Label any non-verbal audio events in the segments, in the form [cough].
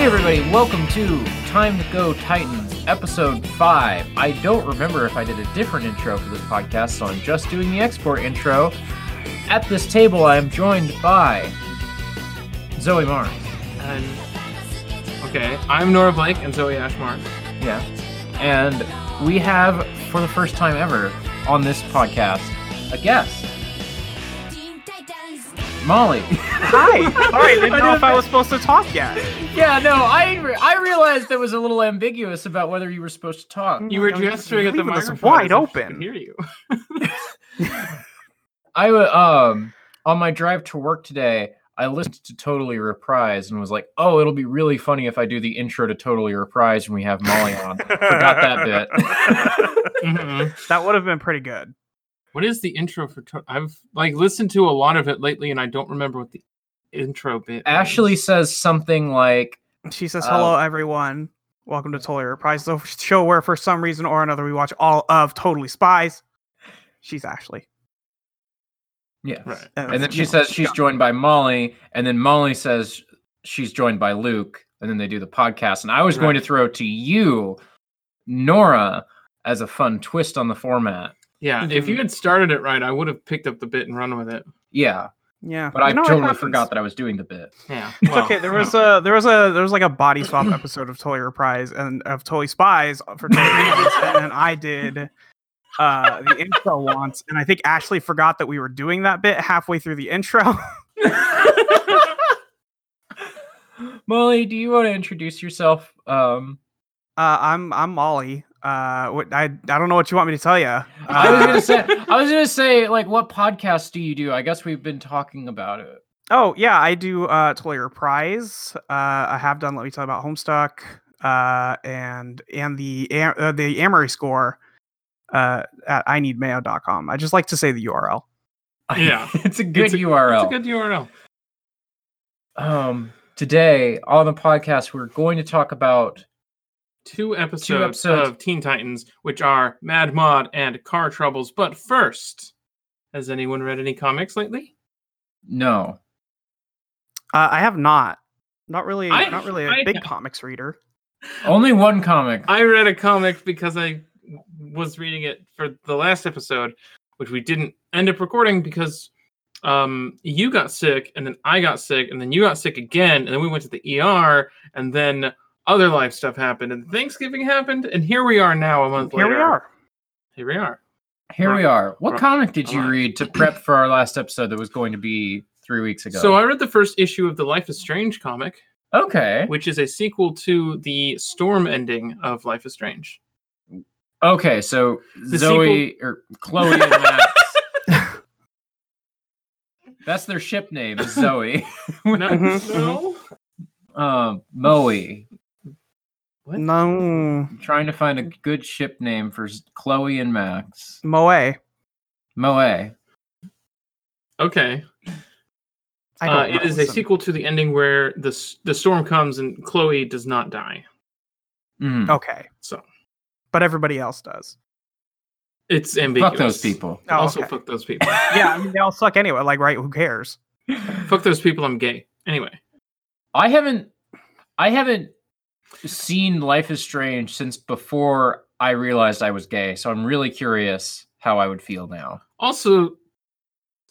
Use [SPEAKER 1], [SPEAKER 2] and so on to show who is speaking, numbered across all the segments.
[SPEAKER 1] everybody, welcome to Time to Go Titans, episode 5. I don't remember if I did a different intro for this podcast, so I'm just doing the export intro. At this table, I am joined by Zoe Mars.
[SPEAKER 2] And- okay, I'm Nora Blake and Zoe Ashmar.
[SPEAKER 1] Yeah. And we have, for the first time ever on this podcast, a guest. Molly. [laughs]
[SPEAKER 3] [laughs] Hi. Sorry, I didn't
[SPEAKER 1] I
[SPEAKER 3] know
[SPEAKER 1] didn't
[SPEAKER 3] if I was supposed to talk yet.
[SPEAKER 1] Yeah, no, I re- I realized it was a little ambiguous about whether you were supposed to talk.
[SPEAKER 2] You were
[SPEAKER 3] I was
[SPEAKER 2] gesturing at the
[SPEAKER 3] leaving this
[SPEAKER 2] microphone.
[SPEAKER 3] wide
[SPEAKER 2] as if she
[SPEAKER 3] open.
[SPEAKER 2] could Hear you. [laughs]
[SPEAKER 1] I wa- um on my drive to work today, I listened to Totally Reprise and was like, "Oh, it'll be really funny if I do the intro to Totally Reprise when we have Molly on." Forgot that
[SPEAKER 3] [laughs]
[SPEAKER 1] bit.
[SPEAKER 2] Mhm.
[SPEAKER 3] That would have been pretty good.
[SPEAKER 2] What is the intro for? To- I've like listened to a lot of it lately, and I don't remember what the intro bit.
[SPEAKER 1] Ashley
[SPEAKER 2] is.
[SPEAKER 1] says something like,
[SPEAKER 3] She says, "Hello,
[SPEAKER 1] Um,
[SPEAKER 3] everyone. Welcome to Totally Reprise, the show where, for some reason or another, we watch all of Totally Spies." She's Ashley.
[SPEAKER 1] "Yes,"
[SPEAKER 2] Right.
[SPEAKER 1] and then she says she's joined by Molly, and then Molly says she's joined by Luke, and then they do the podcast. And I was going to throw to you, Nora, as a fun twist on the format.
[SPEAKER 2] Yeah, if you had started it right, I would have picked up the bit and run with it.
[SPEAKER 1] Yeah,
[SPEAKER 3] "Yeah,
[SPEAKER 1] but I
[SPEAKER 3] you know, it
[SPEAKER 1] totally
[SPEAKER 3] happens.
[SPEAKER 1] forgot that I was doing the bit.
[SPEAKER 2] [laughs] Yeah.
[SPEAKER 3] It's okay. There was a there was a there was like a
[SPEAKER 1] [laughs]
[SPEAKER 3] body swap episode of Totally Reprise and of Totally Spies for Totally Reasons, and I did uh the intro once, and I think Ashley forgot that we were doing that bit halfway through the intro.
[SPEAKER 1] Molly, do you want to introduce yourself?
[SPEAKER 2] [laughs]
[SPEAKER 1] Um,
[SPEAKER 3] Uh, I'm I'm Molly. Uh, what I I don't know what you want me to tell you.
[SPEAKER 1] I was gonna say, I was gonna say, like, what podcast do you do? I guess we've been talking about it.
[SPEAKER 3] Oh yeah, I do uh Totally Reprise. Uh, I have done. Let me tell you about Homestuck. Uh, and and the Am- uh, the Amory score. Uh, at I need mayo.com. I just like to say the URL.
[SPEAKER 2] Yeah.
[SPEAKER 1] [laughs] it's a good
[SPEAKER 2] It's a-
[SPEAKER 1] URL.
[SPEAKER 2] That's a good URL.
[SPEAKER 1] Um, today on the podcast, we're going to talk about
[SPEAKER 2] Two episodes,
[SPEAKER 1] episodes.
[SPEAKER 2] of Teen Titans, which are Mad Mod and Car Troubles. But first, has anyone read any comics lately?
[SPEAKER 1] no.
[SPEAKER 3] Uh, I have not. Not really.
[SPEAKER 2] I-
[SPEAKER 3] not really a
[SPEAKER 2] I-
[SPEAKER 3] big comics reader.
[SPEAKER 1] Only one comic.
[SPEAKER 2] I read a comic because I w- was reading it for the last episode, which we didn't end up recording because um, you got sick, and then I got sick, and then you got sick again, and then we went to the ER, and then other life stuff happened, and Thanksgiving happened, and here we are now a month
[SPEAKER 3] Here
[SPEAKER 2] later.
[SPEAKER 3] we are.
[SPEAKER 2] Here we are.
[SPEAKER 1] Here we are. What
[SPEAKER 2] Right.
[SPEAKER 1] comic did you
[SPEAKER 2] Right.
[SPEAKER 1] read to prep for our last episode that was going to be three weeks ago?
[SPEAKER 2] So I read the first issue of the Life is Strange comic,
[SPEAKER 1] okay,
[SPEAKER 2] which is a sequel to the Storm ending of Life is Strange. [laughs]
[SPEAKER 1] okay. So
[SPEAKER 2] The
[SPEAKER 1] Zoe or Chloe and
[SPEAKER 2] [laughs]
[SPEAKER 1] Max. That's their ship name, is Zoe.
[SPEAKER 2] No,
[SPEAKER 3] Mhm,
[SPEAKER 2] no.
[SPEAKER 1] Um, Moe.
[SPEAKER 2] What?
[SPEAKER 3] Mm-hmm. No,
[SPEAKER 1] I'm trying to find a good ship name for s- Chloe and Max.
[SPEAKER 3] Moe.
[SPEAKER 1] Moe.
[SPEAKER 2] Okay.
[SPEAKER 3] I
[SPEAKER 2] Uh,
[SPEAKER 3] don't
[SPEAKER 2] it
[SPEAKER 3] know,
[SPEAKER 2] is a
[SPEAKER 3] listen.
[SPEAKER 2] sequel to the ending where the s- the storm comes and Chloe does not die.
[SPEAKER 1] Mm.
[SPEAKER 3] Okay,
[SPEAKER 2] So
[SPEAKER 3] but everybody else does.
[SPEAKER 2] it's ambiguous.
[SPEAKER 1] Fuck those people.
[SPEAKER 3] Oh,
[SPEAKER 2] also,
[SPEAKER 3] okay.
[SPEAKER 2] fuck those people. [laughs]
[SPEAKER 3] yeah, I mean, they all suck anyway. Like, right? Who cares?
[SPEAKER 2] fuck those people. I'm gay. Anyway,
[SPEAKER 1] [laughs] I haven't I haven't seen Life is Strange since before I realized I was gay, so I'm really curious how I would feel now.
[SPEAKER 2] also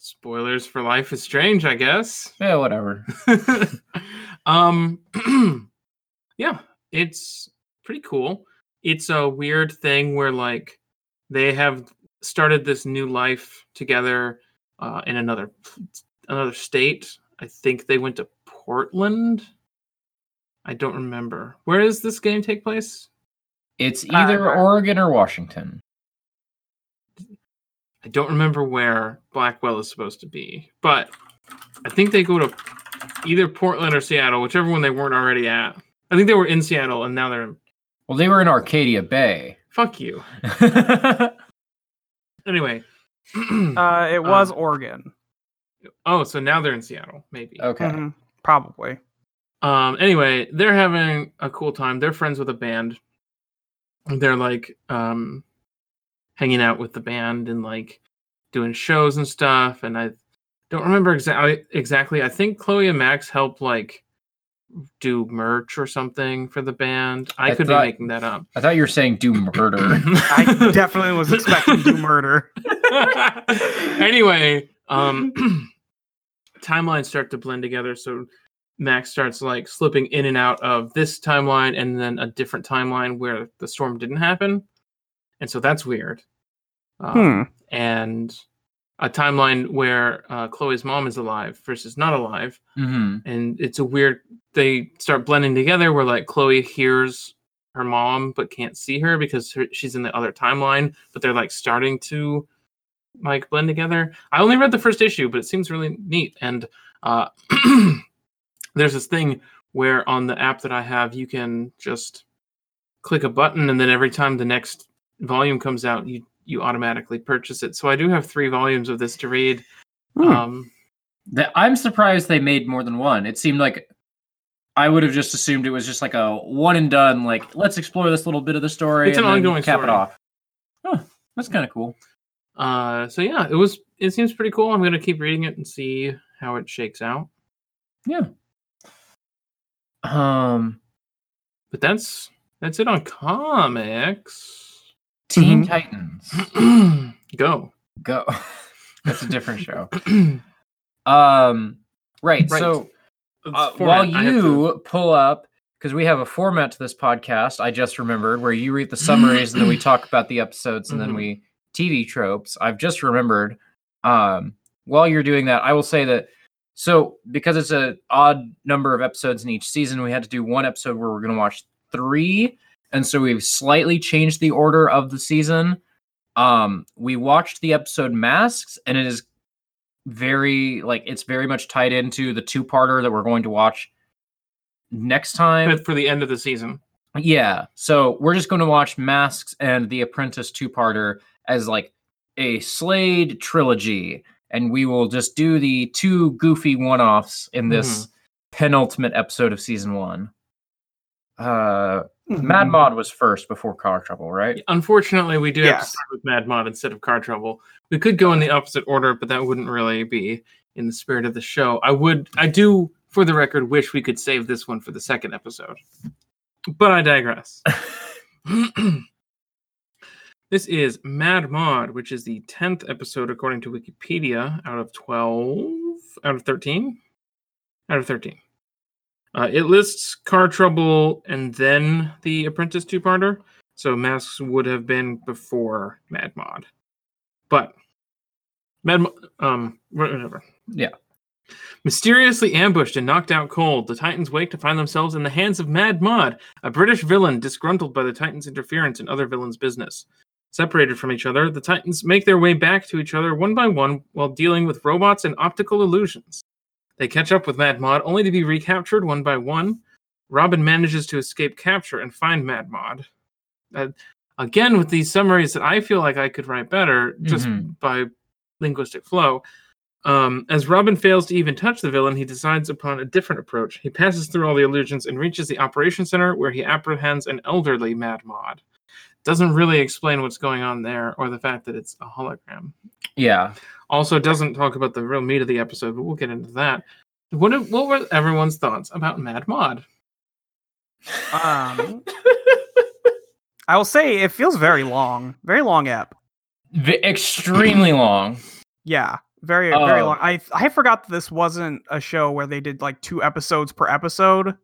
[SPEAKER 2] spoilers for Life is Strange, I guess.
[SPEAKER 1] Yeah, whatever.
[SPEAKER 2] [laughs] um, [clears throat] yeah, it's pretty cool. It's a weird thing where like they have started this new life together uh, in another another state. I think they went to Portland. I don't remember. Where does this game take place?
[SPEAKER 1] It's either Oregon or Washington.
[SPEAKER 2] I don't remember where Blackwell is supposed to be, but I think they go to either Portland or Seattle, whichever one they weren't already at. I think they were in Seattle and now they're in.
[SPEAKER 1] Well, they were in Arcadia Bay. [laughs]
[SPEAKER 2] Fuck you. Anyway. [clears throat]
[SPEAKER 3] Uh, it was
[SPEAKER 2] Um,
[SPEAKER 3] Oregon.
[SPEAKER 2] oh, so now they're in Seattle, maybe.
[SPEAKER 1] okay.
[SPEAKER 3] Mhm, Probably.
[SPEAKER 2] Um, anyway, they're having a cool time. They're friends with a band. They're like um hanging out with the band and like doing shows and stuff. And I don't remember exactly exactly. I think Chloe and Max help like do merch or something for the band. I,
[SPEAKER 1] I
[SPEAKER 2] could
[SPEAKER 1] thought-
[SPEAKER 2] be making
[SPEAKER 1] [laughs]
[SPEAKER 2] that up.
[SPEAKER 1] I thought you were saying do
[SPEAKER 2] [coughs]
[SPEAKER 1] murder.
[SPEAKER 3] I
[SPEAKER 2] [laughs]
[SPEAKER 3] definitely was expecting to [laughs] murder.
[SPEAKER 2] anyway, um, [clears throat] timelines start to blend together. So Max starts like slipping in and out of this timeline and then a different timeline where the storm didn't happen. And so that's weird. Um,
[SPEAKER 3] Hmm.
[SPEAKER 2] And a timeline where uh, Chloe's mom is alive versus not alive
[SPEAKER 1] mm-hmm.
[SPEAKER 2] and it's a weird they start blending together where like chloe hears her mom but can't see her because her, she's in the other timeline but they're like starting to like blend together i only read the first issue but it seems really neat and uh [clears throat] there's this thing where on the app that i have you can just click a button and then every time the next volume comes out you you automatically purchase it so i do have three volumes of this to read
[SPEAKER 3] Hmm.
[SPEAKER 2] um
[SPEAKER 1] That I'm surprised they made more than one. It seemed like I would have just assumed it was just like a one and done. Like let's explore this little bit of the story.
[SPEAKER 2] It's an
[SPEAKER 1] and then
[SPEAKER 2] ongoing
[SPEAKER 1] cap
[SPEAKER 2] story.
[SPEAKER 1] it off. Huh, that's kind of cool.
[SPEAKER 2] Uh, so yeah, it was. It seems pretty cool. I'm gonna keep reading it and see how it shakes out.
[SPEAKER 1] Um,
[SPEAKER 2] But that's that's it on comics. [clears throat]
[SPEAKER 1] Teen
[SPEAKER 2] Mm-hmm.
[SPEAKER 3] Mhm.
[SPEAKER 1] Titans
[SPEAKER 2] Go. [clears throat]
[SPEAKER 1] Go. [laughs] that's a different show.
[SPEAKER 2] right.
[SPEAKER 1] Um, right. So Uh, while
[SPEAKER 2] I have
[SPEAKER 1] you pull up, because we have a format to this podcast, I just remembered where you read the summaries and then we
[SPEAKER 2] [laughs]
[SPEAKER 1] talk about the episodes and then
[SPEAKER 2] Mhm.
[SPEAKER 1] we TV tropes. I've just remembered. Um, while you're doing that, I will say that so because it's an odd number of episodes in each season, we had to do one episode where we're going to watch three, and so we've slightly changed the order of the season. Um, we watched the episode Masks, and it is very like it's very much tied into the two-parter that we're going to watch next
[SPEAKER 2] to-
[SPEAKER 1] time.
[SPEAKER 2] but for the end of the season.
[SPEAKER 1] Yeah. So we're just going to watch Masks and The Apprentice two parter as like a Slade trilogy. And we will just do the two goofy one offs in this penultimate episode of season one. Uh, Mad Mod was first before Car Trouble, right?
[SPEAKER 2] Unfortunately, we do have to
[SPEAKER 3] Yes.
[SPEAKER 2] start with Mad Mod instead of Car Trouble. We could go in the opposite order, but that wouldn't really be in the spirit of the show. I would. I do, for the record, wish we could save this one for the second episode. But I digress. [clears throat] this is Mad Mod, which is the 10th episode according to Wikipedia out of 12, out of 13, out of 13. Uh, it lists Car Trouble and then The Apprentice two parter. So Masks would have been before Mad Mod. But Mad Mo- um whatever.
[SPEAKER 1] Yeah.
[SPEAKER 2] Mysteriously ambushed and knocked out cold, the Titans wake to find themselves in the hands of Mad Mod, a British villain disgruntled by the Titans' interference in other villains' business. Separated from each other, the Titans make their way back to each other one by one while dealing with robots and optical illusions. They catch up with Mad Mod only to be recaptured one by one. Robin manages to escape capture and find Mad Mod. Uh, again, with these summaries that I feel like I could write better just
[SPEAKER 1] Mhm.
[SPEAKER 2] by linguistic flow. Um, as Robin fails to even touch the villain, he decides upon a different approach. He passes through all the illusions and reaches the operation center where he apprehends an elderly Mad Mod. Doesn't really explain what's going on there or the fact that it's a hologram.
[SPEAKER 1] Yeah.
[SPEAKER 2] Also, doesn't talk about the real meat of the episode, but we'll get into that. What, what were everyone's thoughts about Mad Mod?
[SPEAKER 1] [laughs]
[SPEAKER 3] Um, I will say it feels very long, very long ep.
[SPEAKER 1] V- extremely [clears throat] long.
[SPEAKER 3] Yeah, very very
[SPEAKER 1] Uh,
[SPEAKER 3] long. I I forgot that this wasn't a show where they did like two episodes per episode.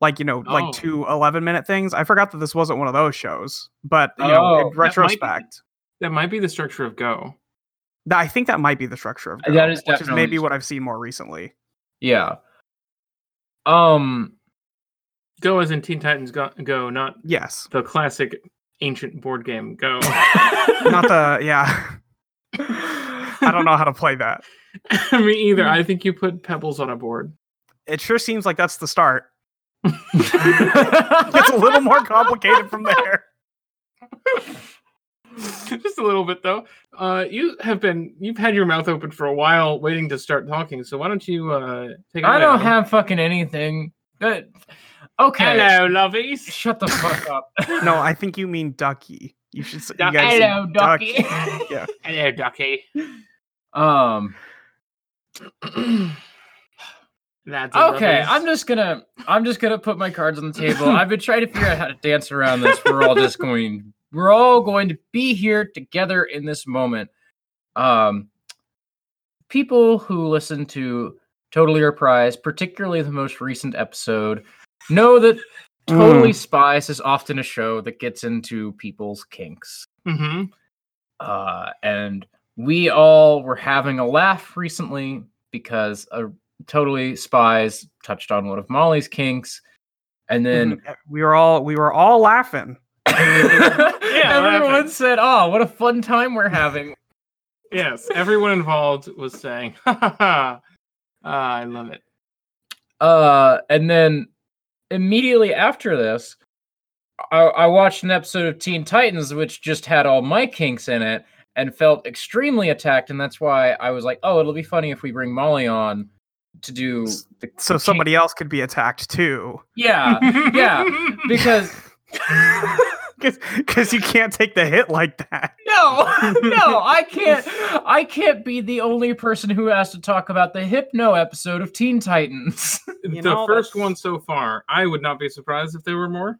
[SPEAKER 3] Like, you know,
[SPEAKER 2] Oh.
[SPEAKER 3] like two 11 minute things. I forgot that this wasn't one of those shows. But, you know,
[SPEAKER 1] Oh,
[SPEAKER 3] in
[SPEAKER 1] that
[SPEAKER 2] might be-
[SPEAKER 3] retrospect,
[SPEAKER 2] That might be the structure of Go.
[SPEAKER 3] that I think that might be the structure of
[SPEAKER 1] That
[SPEAKER 3] Go,
[SPEAKER 1] is
[SPEAKER 3] which is
[SPEAKER 1] definitely
[SPEAKER 3] maybe
[SPEAKER 1] the
[SPEAKER 3] what I've seen more recently.
[SPEAKER 1] Yeah. [laughs] Um,
[SPEAKER 2] Go as in Teen Titans Go, Go not
[SPEAKER 3] Yes.
[SPEAKER 2] the classic ancient board game Go. [laughs]
[SPEAKER 3] Not the
[SPEAKER 1] [laughs]
[SPEAKER 3] yeah. I don't know how to play that.
[SPEAKER 2] Me either. I think you put pebbles on a board. [laughs]
[SPEAKER 3] It sure seems like that's
[SPEAKER 1] [laughs]
[SPEAKER 3] the start. It's a little more complicated from there.
[SPEAKER 2] Just a little bit though. Uh, you have been you've had your mouth open for a while, waiting to start talking. So why don't you uh, take? it
[SPEAKER 1] I
[SPEAKER 2] away,
[SPEAKER 1] don't
[SPEAKER 2] Adam.
[SPEAKER 1] have fucking anything. Good. Okay.
[SPEAKER 2] Hello, lovies.
[SPEAKER 1] Shut the fuck up.
[SPEAKER 3] No,
[SPEAKER 1] [laughs]
[SPEAKER 3] I think you mean ducky. You should say
[SPEAKER 2] Duck-
[SPEAKER 3] you guys said
[SPEAKER 1] Hello, ducky. [laughs]
[SPEAKER 3] yeah.
[SPEAKER 2] Hello, ducky.
[SPEAKER 1] Um,
[SPEAKER 2] [clears throat] Hello, That's a
[SPEAKER 1] Okay,
[SPEAKER 2] rubbish.
[SPEAKER 1] I'm just gonna I'm just gonna put my cards on the table. I've been trying to figure out how to dance around this. We're all just going we're all going to be here together in this moment. Um people who listen to Totally Reprise, particularly the most recent episode, know that
[SPEAKER 3] Hmm.
[SPEAKER 1] Totally Spies is often a show that gets into people's kinks.
[SPEAKER 2] Mhm.
[SPEAKER 1] Uh, and we all were having a laugh recently because a totally spies touched on one of Molly's kinks, and then
[SPEAKER 3] Mm, eh, we were all we were all laughing.
[SPEAKER 1] [laughs] everyone
[SPEAKER 2] laughing.
[SPEAKER 1] said, "Oh, what a fun time we're having!"
[SPEAKER 2] Yes, everyone involved was saying, [laughs] "Ha ha ha!" Ah, I love it.
[SPEAKER 1] Uh, and then immediately after this, I, I watched an episode of Teen Titans, which just had all my kinks in it, and felt extremely attacked. And that's why I was like, "Oh, it'll be funny if we bring Molly on." To do the
[SPEAKER 3] So
[SPEAKER 1] the kink-
[SPEAKER 3] somebody else could be attacked too. [laughs]
[SPEAKER 2] Uh,
[SPEAKER 1] yeah, yeah, because
[SPEAKER 3] Because you can't take the hit like that.
[SPEAKER 1] [laughs] no, [laughs] no, I can't, I can't be the only person who has to talk about the hypno episode of Teen Titans. [laughs]
[SPEAKER 3] You
[SPEAKER 2] the
[SPEAKER 3] know,
[SPEAKER 2] first
[SPEAKER 3] that's-
[SPEAKER 2] one so far. I would not be surprised if there were more.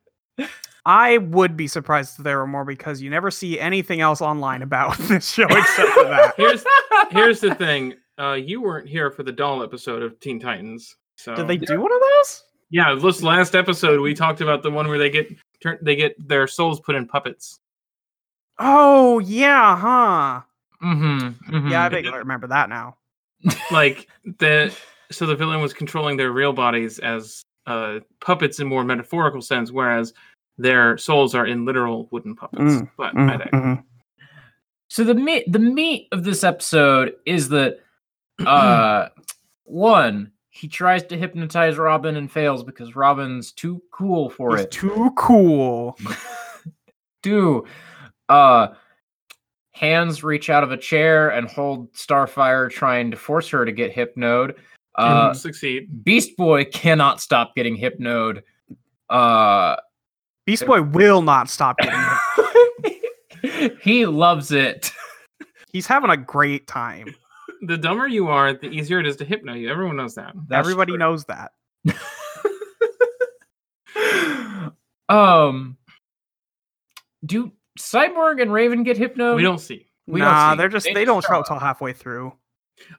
[SPEAKER 3] I would be surprised if there were more because you never see anything else online about [laughs] this show except
[SPEAKER 1] [laughs]
[SPEAKER 3] for that.
[SPEAKER 2] Here's here's the thing. Uh, you weren't here for the doll episode of Teen Titans. So
[SPEAKER 1] Oh,
[SPEAKER 3] Did they do one of those?
[SPEAKER 2] Yeah, this last episode we talked about the one where they get turn they get their souls put in puppets.
[SPEAKER 3] Oh yeah, huh?
[SPEAKER 1] mm-hmm,
[SPEAKER 3] Yeah, I vaguely remember that now.
[SPEAKER 2] Like the so the villain was controlling their real bodies as uh, puppets in more metaphorical sense, whereas their souls are in literal wooden puppets.
[SPEAKER 3] Mm,
[SPEAKER 2] but I
[SPEAKER 3] Mm,
[SPEAKER 2] think
[SPEAKER 3] mhm.
[SPEAKER 1] so the meat, the meat of this episode is that, uh, one, he tries to hypnotize Robin and fails because Robin's too cool for
[SPEAKER 3] He's
[SPEAKER 1] it.
[SPEAKER 3] too cool.
[SPEAKER 1] Two, uh, hands reach out of a chair and hold Starfire, trying to force her to get hypnoed. Uh,
[SPEAKER 2] and succeed.
[SPEAKER 1] Beast Boy cannot stop getting hypnoed.
[SPEAKER 3] [laughs]
[SPEAKER 1] Uh,
[SPEAKER 3] Beast Boy will not stop getting. hit.
[SPEAKER 1] [laughs] he loves it.
[SPEAKER 3] He's having a great time.
[SPEAKER 2] The dumber you are, the easier it is to hypno you. Everyone knows that.
[SPEAKER 1] That's
[SPEAKER 3] Everybody
[SPEAKER 1] true.
[SPEAKER 3] knows that.
[SPEAKER 1] um, do Cyborg and Raven get hypno?
[SPEAKER 2] We don't see.
[SPEAKER 1] We don't
[SPEAKER 3] nah,
[SPEAKER 1] see.
[SPEAKER 3] they're just
[SPEAKER 1] They
[SPEAKER 3] they,
[SPEAKER 1] just
[SPEAKER 3] don't
[SPEAKER 1] show
[SPEAKER 3] show
[SPEAKER 1] up.
[SPEAKER 3] till
[SPEAKER 1] [laughs]
[SPEAKER 3] halfway through.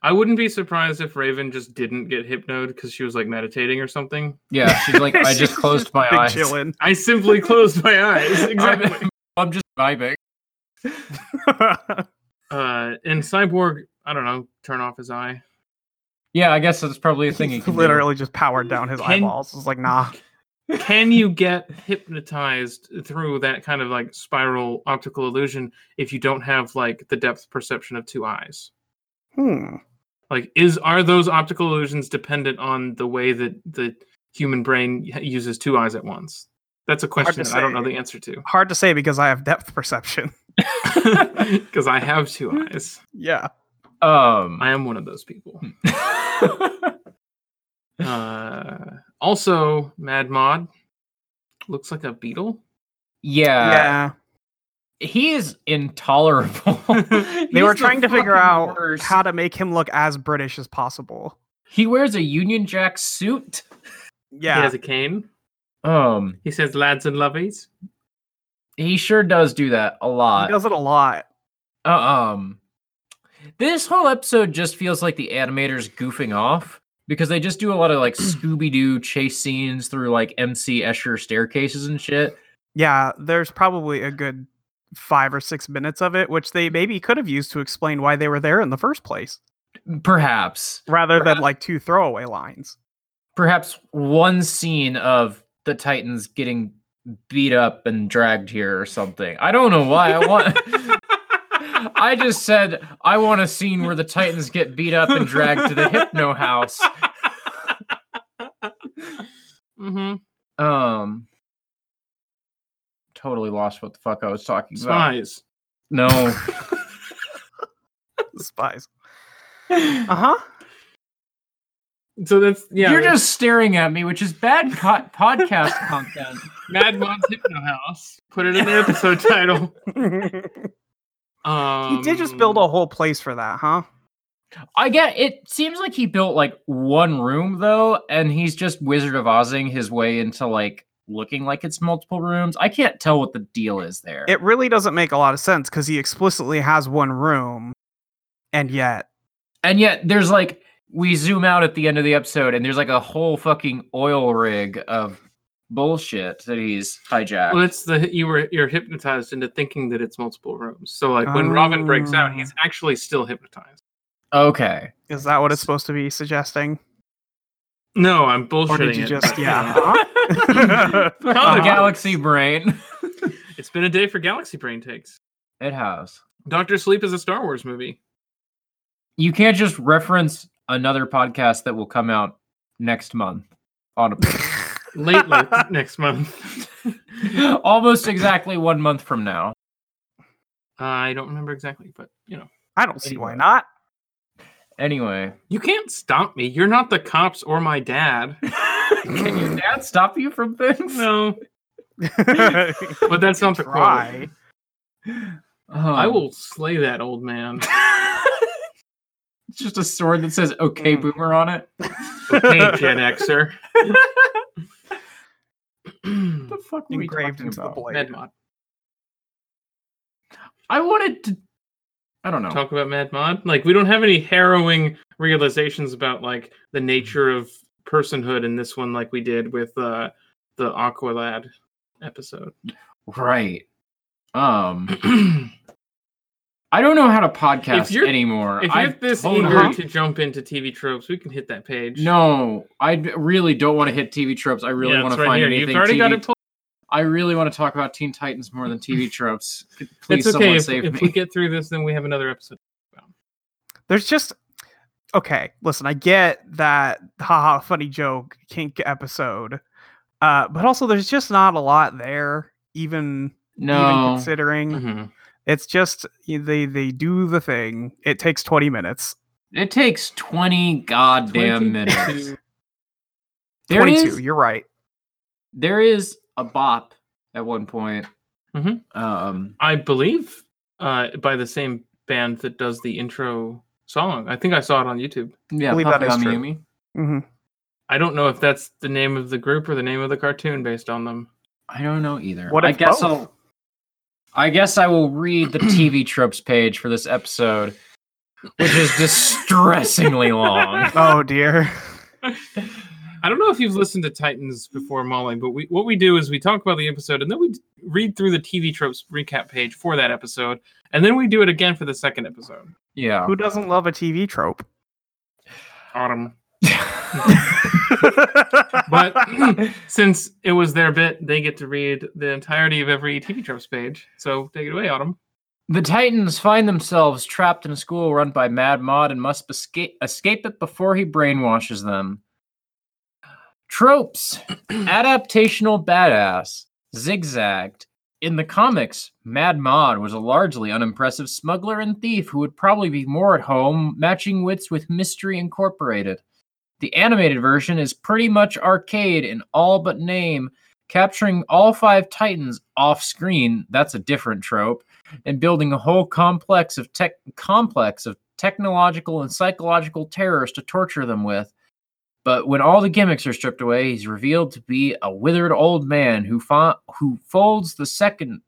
[SPEAKER 2] I wouldn't be surprised if Raven just didn't get hypnoed because she was like meditating or something.
[SPEAKER 1] Yeah, she's like,
[SPEAKER 3] [laughs]
[SPEAKER 1] I
[SPEAKER 3] She's
[SPEAKER 1] just closed my
[SPEAKER 3] Big
[SPEAKER 1] eyes.
[SPEAKER 3] chillin'.
[SPEAKER 2] I simply closed my eyes. Exactly.
[SPEAKER 1] [laughs] I'm, I'm just vibing.
[SPEAKER 2] Uh, and Cyborg, I don't know, turn off his eye.
[SPEAKER 1] Yeah, I guess that's probably a thing. He
[SPEAKER 3] He's
[SPEAKER 1] can do.
[SPEAKER 3] literally just powered down his
[SPEAKER 2] Can-
[SPEAKER 3] eyeballs. It's like nah.
[SPEAKER 2] Can you get hypnotized through that kind of like spiral optical illusion if you don't have like the depth perception of two eyes?
[SPEAKER 3] Hmm.
[SPEAKER 2] Like, is are those optical illusions dependent on the way that the human brain y- uses two eyes at once? That's a
[SPEAKER 3] to
[SPEAKER 2] question that I don't know
[SPEAKER 3] say.
[SPEAKER 2] the answer
[SPEAKER 3] [laughs]
[SPEAKER 2] to [laughs]
[SPEAKER 3] Hard to say because I have depth perception. [laughs]
[SPEAKER 2] because I have two eyes.
[SPEAKER 3] Yeah.
[SPEAKER 1] Um,
[SPEAKER 2] I am one of those people.
[SPEAKER 3] Hmm.
[SPEAKER 2] Uh, also, Mad Mod looks like a beetle.
[SPEAKER 1] [laughs] yeah,
[SPEAKER 3] yeah.
[SPEAKER 1] he is intolerable.
[SPEAKER 3] [laughs] They were trying to figure out how to make him look as British as possible.
[SPEAKER 1] he wears a Union Jack suit.
[SPEAKER 2] He
[SPEAKER 3] Yeah.
[SPEAKER 2] has a cane.
[SPEAKER 1] Um,
[SPEAKER 2] He says, "Lads and
[SPEAKER 3] [laughs]
[SPEAKER 2] lovies."
[SPEAKER 1] he sure does do that a
[SPEAKER 3] He
[SPEAKER 1] lot.
[SPEAKER 3] does it a lot.
[SPEAKER 1] Uh, um, this whole episode just feels like the animators goofing off because they just do a lot of
[SPEAKER 3] [clears throat]
[SPEAKER 1] like Scooby Doo chase scenes through like MC Escher staircases and shit.
[SPEAKER 3] Yeah, there's probably a good five or six minutes of it, which they maybe could have used to explain why they were there in the first place,
[SPEAKER 1] Perhaps,
[SPEAKER 3] rather than
[SPEAKER 1] Perhaps-
[SPEAKER 3] like two throwaway lines.
[SPEAKER 1] perhaps one scene of the Titans getting beat up and dragged here or something. I don't know why I
[SPEAKER 3] [laughs]
[SPEAKER 1] want. I just said I want a scene where the Titans get beat up and dragged to the
[SPEAKER 3] [laughs]
[SPEAKER 1] Hypno House.
[SPEAKER 2] hmm
[SPEAKER 1] Um, totally lost what the fuck I was talking about.
[SPEAKER 2] Spies.
[SPEAKER 1] No.
[SPEAKER 3] Spies. Uh huh.
[SPEAKER 2] So that's [laughs] yeah.
[SPEAKER 1] You're
[SPEAKER 2] that's
[SPEAKER 1] just staring at me, which is bad co- podcast [laughs] content.
[SPEAKER 2] [laughs] Mad Mod's Hypno House. Put it in the [laughs] episode title.
[SPEAKER 3] [laughs] he
[SPEAKER 2] Um,
[SPEAKER 3] did just build a whole place for that, huh?
[SPEAKER 1] I get it seems like he built like one room though, and he's just Wizard of Ozing his way into like looking like it's multiple rooms. I can't tell what the deal is there.
[SPEAKER 3] It really doesn't make a lot of sense because he explicitly has one room, and yet
[SPEAKER 1] and yet there's like we zoom out at the end of the episode and there's like a whole fucking oil rig of bullshit that he's hijacked.
[SPEAKER 2] Well, it's the you were you're hypnotized into thinking that it's multiple rooms. So like when Robin breaks out, he's actually still hypnotized.
[SPEAKER 1] okay.
[SPEAKER 3] is that what it's supposed to be suggesting?
[SPEAKER 2] No, I'm bullshitting.
[SPEAKER 3] Or did you
[SPEAKER 2] it. um, [laughs]
[SPEAKER 3] just yeah?
[SPEAKER 1] Oh,
[SPEAKER 2] Uh-huh.
[SPEAKER 1] galaxy brain.
[SPEAKER 2] It's been a day for Galaxy Brain takes.
[SPEAKER 1] it has.
[SPEAKER 2] Doctor Sleep is a Star Wars movie.
[SPEAKER 1] You can't just reference another podcast that will come out next month on
[SPEAKER 3] [laughs]
[SPEAKER 2] Late, [laughs] late next month. [laughs]
[SPEAKER 1] a, almost exactly one month from now.
[SPEAKER 2] I don't remember exactly, but you know,
[SPEAKER 3] I don't see why
[SPEAKER 1] Anyway.
[SPEAKER 3] not.
[SPEAKER 1] Anyway,
[SPEAKER 2] you can't stop me. You're not the cops or
[SPEAKER 1] [laughs]
[SPEAKER 2] my dad.
[SPEAKER 1] can
[SPEAKER 3] [laughs]
[SPEAKER 1] your dad stop you from things?
[SPEAKER 2] No, but that's not the
[SPEAKER 3] [laughs] Try.
[SPEAKER 2] quote. I
[SPEAKER 1] Um, [laughs]
[SPEAKER 2] will slay that old man.
[SPEAKER 1] just a sword that says "Okay,
[SPEAKER 3] Mm.
[SPEAKER 1] Boomer" on it. [laughs]
[SPEAKER 2] Okay, Gen Xer.
[SPEAKER 1] the fuck were we
[SPEAKER 3] Engraved
[SPEAKER 1] talking
[SPEAKER 3] into the
[SPEAKER 1] about?
[SPEAKER 3] blade.
[SPEAKER 2] MedMod.
[SPEAKER 1] I wanted to. I don't know.
[SPEAKER 2] Talk about MedMod. Like we don't have any harrowing realizations about like the nature of personhood in this one, like we did with uh, the Aqualad episode. [clears throat]
[SPEAKER 1] Right. Um. I don't know how to podcast
[SPEAKER 2] If you're-
[SPEAKER 1] anymore.
[SPEAKER 2] If you're
[SPEAKER 1] I've
[SPEAKER 2] this
[SPEAKER 1] totally-
[SPEAKER 2] eager to jump into TV tropes, we can hit that page.
[SPEAKER 1] No, I d- really don't want to hit TV tropes. I really
[SPEAKER 2] Yeah,
[SPEAKER 1] want
[SPEAKER 2] it's
[SPEAKER 1] to
[SPEAKER 2] right
[SPEAKER 1] find
[SPEAKER 2] here.
[SPEAKER 1] anything.
[SPEAKER 2] You've already
[SPEAKER 1] TV
[SPEAKER 2] got it. pulled.
[SPEAKER 1] I really want to talk about Teen Titans more than TV
[SPEAKER 2] [laughs]
[SPEAKER 1] tropes. Could- Please,
[SPEAKER 2] It's okay.
[SPEAKER 1] someone
[SPEAKER 2] If,
[SPEAKER 1] save
[SPEAKER 2] if we
[SPEAKER 1] me.
[SPEAKER 2] get through this, then we have another episode.
[SPEAKER 3] There's just okay. Listen, I get that haha funny joke kink episode, uh, but also there's just not a lot there. Even even
[SPEAKER 1] no, Mm-hmm.
[SPEAKER 3] considering it's just y- they they do the thing. It takes 20 minutes.
[SPEAKER 1] it takes twenty goddamn
[SPEAKER 2] 22. [laughs]
[SPEAKER 1] minutes. There
[SPEAKER 3] 22.
[SPEAKER 1] is-
[SPEAKER 3] You're right.
[SPEAKER 1] there is a bop at one point.
[SPEAKER 2] Mhm.
[SPEAKER 1] Um,
[SPEAKER 2] I believe uh, by the same band that does the intro song. I think I saw it on YouTube.
[SPEAKER 1] yeah,
[SPEAKER 3] Believe that is
[SPEAKER 1] Papagami
[SPEAKER 3] true.
[SPEAKER 1] Yumi.
[SPEAKER 3] hmm
[SPEAKER 1] [laughs]
[SPEAKER 2] I don't know if that's the name of the group or the name of the cartoon based on them.
[SPEAKER 1] I don't know either.
[SPEAKER 3] What
[SPEAKER 1] I
[SPEAKER 3] if
[SPEAKER 1] guess
[SPEAKER 3] both?
[SPEAKER 1] I'll. I guess I will
[SPEAKER 2] [clears throat]
[SPEAKER 1] read the TV tropes page for this episode, which is distressingly
[SPEAKER 3] [laughs]
[SPEAKER 1] long. [laughs]
[SPEAKER 3] Oh dear.
[SPEAKER 2] I don't know if you've listened to Titans before, Molly, but we, what we do is we talk about the episode and then we d- read through the TV tropes recap page for that episode, and then we do it again for the second episode.
[SPEAKER 1] Yeah.
[SPEAKER 3] Who doesn't love a
[SPEAKER 1] [laughs]
[SPEAKER 3] TV trope?
[SPEAKER 2] Autumn.
[SPEAKER 3] but
[SPEAKER 2] [clears throat] Since it was their bit, they get to read the entirety of every TV tropes page. So take it away, Autumn.
[SPEAKER 1] The Titans find themselves trapped in a school run by Mad Mod and must escape, escape it before he brainwashes them. Tropes Adaptational Badass Zigzagged. In the comics, Mad Mod was a largely unimpressive smuggler and thief who would probably be more at home matching wits with Mystery Incorporated. The animated version is pretty much arcade in all but name, capturing all five Titans off screen. That's a different trope and building a whole complex of tech complex of technological and psychological terrors to torture them with. But when all the gimmicks are stripped away, he's revealed to be a withered old man who fo- who folds the second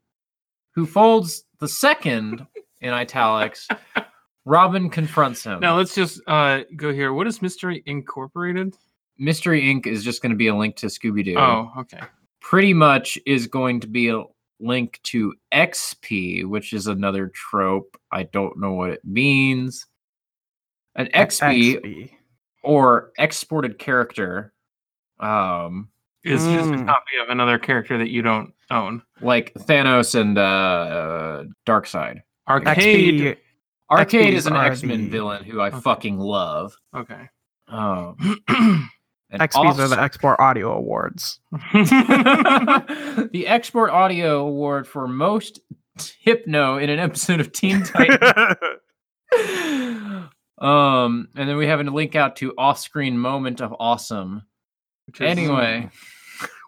[SPEAKER 1] who folds the second in italics. Robin confronts him.
[SPEAKER 2] Now let's just uh, go here. What is Mystery Incorporated?
[SPEAKER 1] Mystery Inc. is just going to be a link to Scooby Doo.
[SPEAKER 2] Oh, okay.
[SPEAKER 1] pretty much is going to be a link to XP, which is another trope. I don't know what it means. An XP or exported character, um,
[SPEAKER 2] It's just a
[SPEAKER 3] Mm.
[SPEAKER 2] copy of another character that you don't own.
[SPEAKER 1] like Thanos and uh, uh, Darkseid.
[SPEAKER 2] Arcade.
[SPEAKER 3] XP.
[SPEAKER 1] Arcade
[SPEAKER 3] XPs
[SPEAKER 1] is an
[SPEAKER 3] are
[SPEAKER 1] X Men
[SPEAKER 3] the-
[SPEAKER 1] villain who I
[SPEAKER 2] Okay.
[SPEAKER 1] fucking love.
[SPEAKER 2] Okay. [clears throat]
[SPEAKER 1] Um, and
[SPEAKER 3] XPs are
[SPEAKER 1] offs-
[SPEAKER 3] the Export Audio Awards.
[SPEAKER 1] the Export Audio Award for most hypno in an episode of Teen Titans.
[SPEAKER 3] [laughs]
[SPEAKER 1] um, and then we have a link out to off-screen moment of awesome.
[SPEAKER 2] Which is-
[SPEAKER 1] Anyway,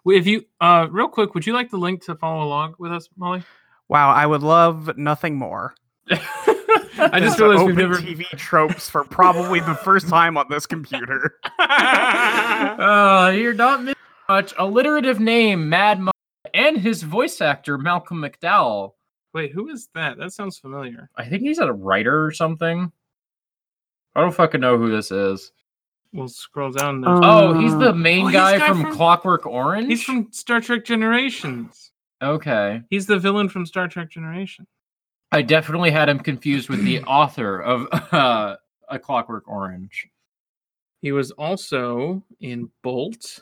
[SPEAKER 2] Well, if you uh, real quick, would you like the link to follow along with us, Molly? [laughs]
[SPEAKER 3] wow, I would love nothing more.
[SPEAKER 2] I just
[SPEAKER 3] It's an
[SPEAKER 2] realized we've
[SPEAKER 3] open
[SPEAKER 2] never.
[SPEAKER 3] TV tropes for probably the first time on this computer. [laughs]
[SPEAKER 1] Uh, you're not missing much. Alliterative name, Mad Mom, and his voice actor, Malcolm McDowell.
[SPEAKER 2] Wait, who is that? That sounds familiar.
[SPEAKER 1] I think he's a writer or something. I don't fucking know who this is.
[SPEAKER 2] We'll scroll down.
[SPEAKER 3] Um,
[SPEAKER 1] Oh, he's
[SPEAKER 3] Uh,
[SPEAKER 1] the main
[SPEAKER 2] oh, he's
[SPEAKER 1] guy,
[SPEAKER 2] guy
[SPEAKER 1] from,
[SPEAKER 2] from-
[SPEAKER 1] Clockwork Orange.
[SPEAKER 2] He's from Star Trek Generations.
[SPEAKER 1] Okay,
[SPEAKER 2] He's the villain from Star Trek Generation.
[SPEAKER 1] I definitely had him confused with [clears throat] the author of uh, A Clockwork Orange.
[SPEAKER 2] He was also in Bolt.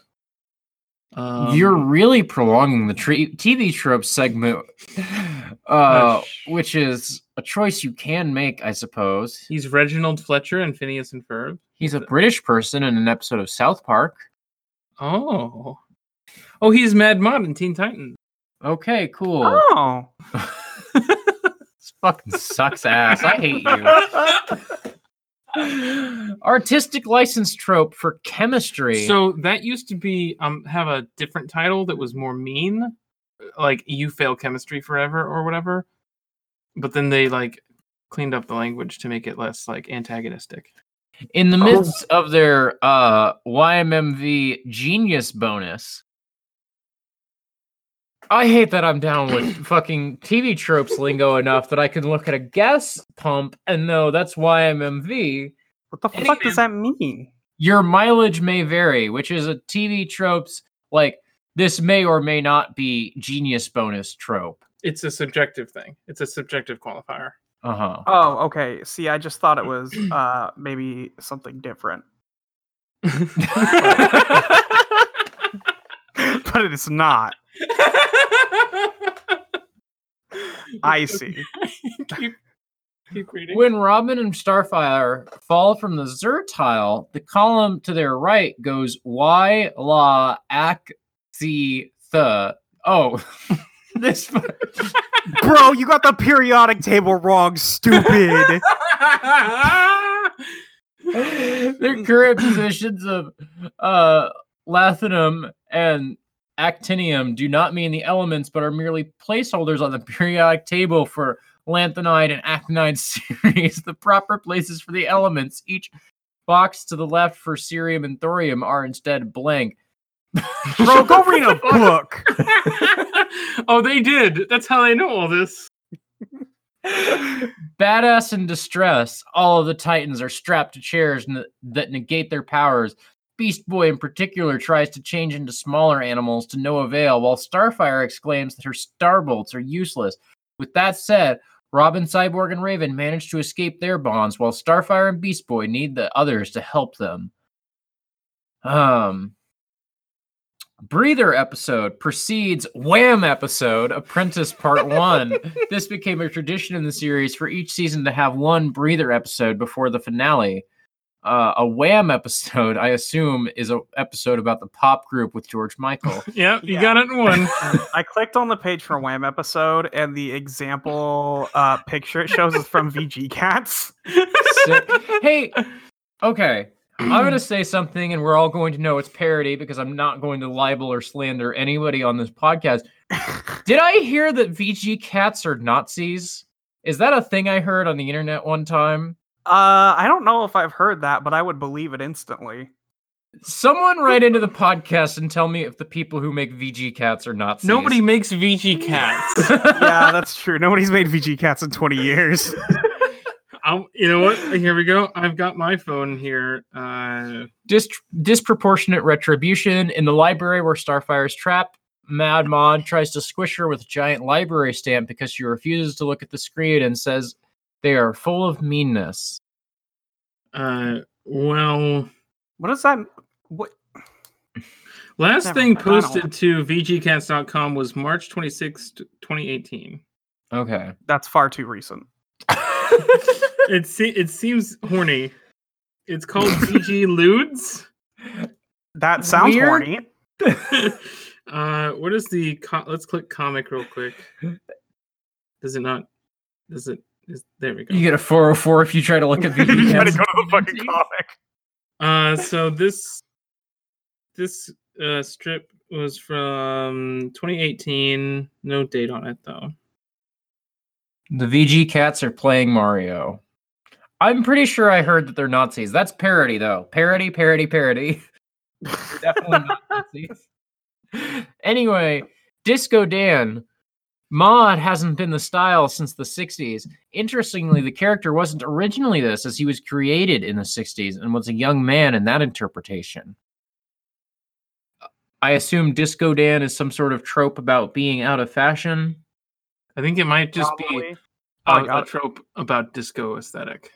[SPEAKER 2] Um,
[SPEAKER 1] You're really prolonging the tre- TV trope [sighs] segment, uh,
[SPEAKER 2] sh-
[SPEAKER 1] which is a choice you can make, I suppose.
[SPEAKER 2] He's Reginald Fletcher and Phineas and Ferb.
[SPEAKER 1] He's a British person in an episode of South Park.
[SPEAKER 2] Oh. Oh, he's Mad Mod in Teen Titans.
[SPEAKER 1] Okay, cool.
[SPEAKER 3] Oh,
[SPEAKER 1] Ah! This fucking sucks ass. I hate [laughs] you. Artistic license trope for chemistry.
[SPEAKER 2] So that used to be um have a different title that was more mean, like you fail chemistry forever or whatever. But then they like cleaned up the language to make it less like antagonistic.
[SPEAKER 1] in the midst of their uh, YMMV genius bonus, I hate that I'm down with fucking TV tropes lingo enough that I can look at a gas pump and know that's YMMV.
[SPEAKER 3] what the
[SPEAKER 2] Anyway.
[SPEAKER 3] fuck does that mean?
[SPEAKER 1] Your mileage may vary, which is a TV tropes like this may or may not be genius bonus trope.
[SPEAKER 2] It's a subjective thing. It's a subjective qualifier. [laughs]
[SPEAKER 1] Uh huh.
[SPEAKER 3] Oh, okay. See, I just thought it was uh maybe something different, [laughs] but it's not. I see.
[SPEAKER 2] keep, [laughs] keep reading.
[SPEAKER 1] When Robin and Starfire fall from the Zertile, the column to their right goes Y La Ak Z The. Oh, [laughs] this fu-
[SPEAKER 3] [laughs] Bro, you got the periodic table wrong, [laughs] stupid.
[SPEAKER 1] their current positions of uh, lathinum and actinium do not mean the elements, but are merely placeholders on the periodic table for lanthanide and actinide [laughs] series. the proper places for the elements, each box to the left for cerium and thorium, are instead blank.
[SPEAKER 3] Bro, go read a book.
[SPEAKER 2] [laughs] oh, they did. That's how they know all this.
[SPEAKER 1] Badass in distress, all of the Titans are strapped to chairs n- that negate their powers. Beast Boy, in particular, tries to change into smaller animals to no avail, while Starfire exclaims that her starbolts are useless. With that said, Robin, Cyborg, and Raven manage to escape their bonds, while Starfire and Beast Boy need the others to help them. Um, Breather episode precedes Wham episode, Apprentice Part 1. this became a tradition in the series for each season to have one breather episode before the finale. Uh, a Wham episode, I assume, is an episode about the pop group with George Michael.
[SPEAKER 2] Yep, you
[SPEAKER 3] Yeah.
[SPEAKER 2] got it in
[SPEAKER 3] [laughs]
[SPEAKER 2] one.
[SPEAKER 3] I clicked on the page for Wham episode, and the example uh, picture it shows is from VG Cats.
[SPEAKER 1] Sick. hey, okay. I'm going to say something, and we're all going to know it's parody because I'm not going to libel or slander anybody on this podcast. Did I hear that VG cats are Nazis? Is that a thing I heard on the internet one time?
[SPEAKER 3] Uh, I don't know if I've heard that, but I would believe it instantly.
[SPEAKER 1] Someone write into the podcast and tell me if the people who make VG cats are Nazis.
[SPEAKER 2] Nobody makes VG cats. [laughs]
[SPEAKER 3] [laughs] Yeah, that's true. Nobody's made VG Cats in 20 years.
[SPEAKER 2] I'll, you know what? Here we go. I've got my phone here. Uh,
[SPEAKER 1] Dis- disproportionate retribution in the library where Starfire is trapped. Mad Mod tries to squish her with a giant library stamp because she refuses to look at the screen and says they are full of meanness.
[SPEAKER 2] uh, well,
[SPEAKER 3] What does that? What?
[SPEAKER 2] last
[SPEAKER 3] Never
[SPEAKER 2] thing
[SPEAKER 3] mind, I don't
[SPEAKER 2] posted
[SPEAKER 3] want-
[SPEAKER 2] to VGCats.com was March 26th,
[SPEAKER 3] [laughs]
[SPEAKER 2] 2018.
[SPEAKER 1] Okay.
[SPEAKER 3] That's far too recent.
[SPEAKER 2] It, se- it seems horny. It's called VG Ludes.
[SPEAKER 3] That sounds
[SPEAKER 1] Weird.
[SPEAKER 3] horny.
[SPEAKER 2] [laughs] uh, what is the? Co- let's click comic real quick. Does it not? Does it? Is there we go.
[SPEAKER 1] You get a 404 if you try to look
[SPEAKER 3] [laughs]
[SPEAKER 1] at VG
[SPEAKER 3] you gotta
[SPEAKER 1] cats.
[SPEAKER 3] go to the fucking comic.
[SPEAKER 2] Uh, so this this uh, strip was from 2018. No date on it though.
[SPEAKER 1] The VG cats are playing Mario. I'm pretty sure I heard that they're Nazis. That's parody, though. Parody, parody, parody. [laughs] They're definitely not Nazis. Anyway, Disco Dan. Mod hasn't been the style since the 60s. Interestingly, the character wasn't originally this, as he was created in the 60s and was a young man in that interpretation. I assume Disco Dan is some sort of trope about being out of fashion.
[SPEAKER 2] I think it might just be
[SPEAKER 3] Probably.
[SPEAKER 2] a,
[SPEAKER 3] I got
[SPEAKER 2] a
[SPEAKER 3] it.
[SPEAKER 2] trope about disco aesthetic.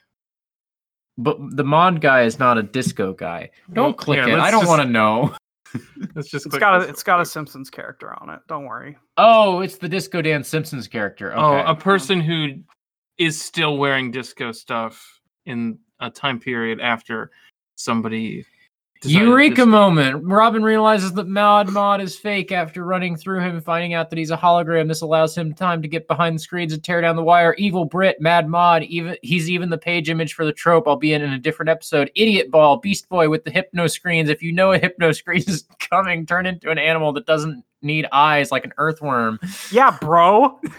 [SPEAKER 1] But the mod guy is not a disco guy. Don't click
[SPEAKER 2] Yeah,
[SPEAKER 1] it.
[SPEAKER 2] let's
[SPEAKER 1] I don't
[SPEAKER 2] just-
[SPEAKER 1] want to know.
[SPEAKER 2] Let's just
[SPEAKER 3] It's
[SPEAKER 2] click
[SPEAKER 3] got a,
[SPEAKER 2] this
[SPEAKER 3] it's got a
[SPEAKER 2] real quick.
[SPEAKER 3] Simpsons character on it. Don't worry.
[SPEAKER 1] Oh, it's the Disco Dan Simpsons character. Okay.
[SPEAKER 2] Oh, a person who is still wearing disco stuff in a time period after somebody. decided
[SPEAKER 1] Eureka
[SPEAKER 2] disco-
[SPEAKER 1] moment. Robin realizes that Mod Mod is fake after running through him and finding out that he's a hologram. This allows him time to get behind the screens and tear down the wire. Evil Brit, Mad Mod, even he's even the page image for the trope, albeit in a different episode. Idiot Ball, Beast Boy with the hypno screens. If you know a hypno screen is [laughs] coming, turn into an animal that doesn't need eyes like an earthworm.
[SPEAKER 3] Yeah, bro. [laughs]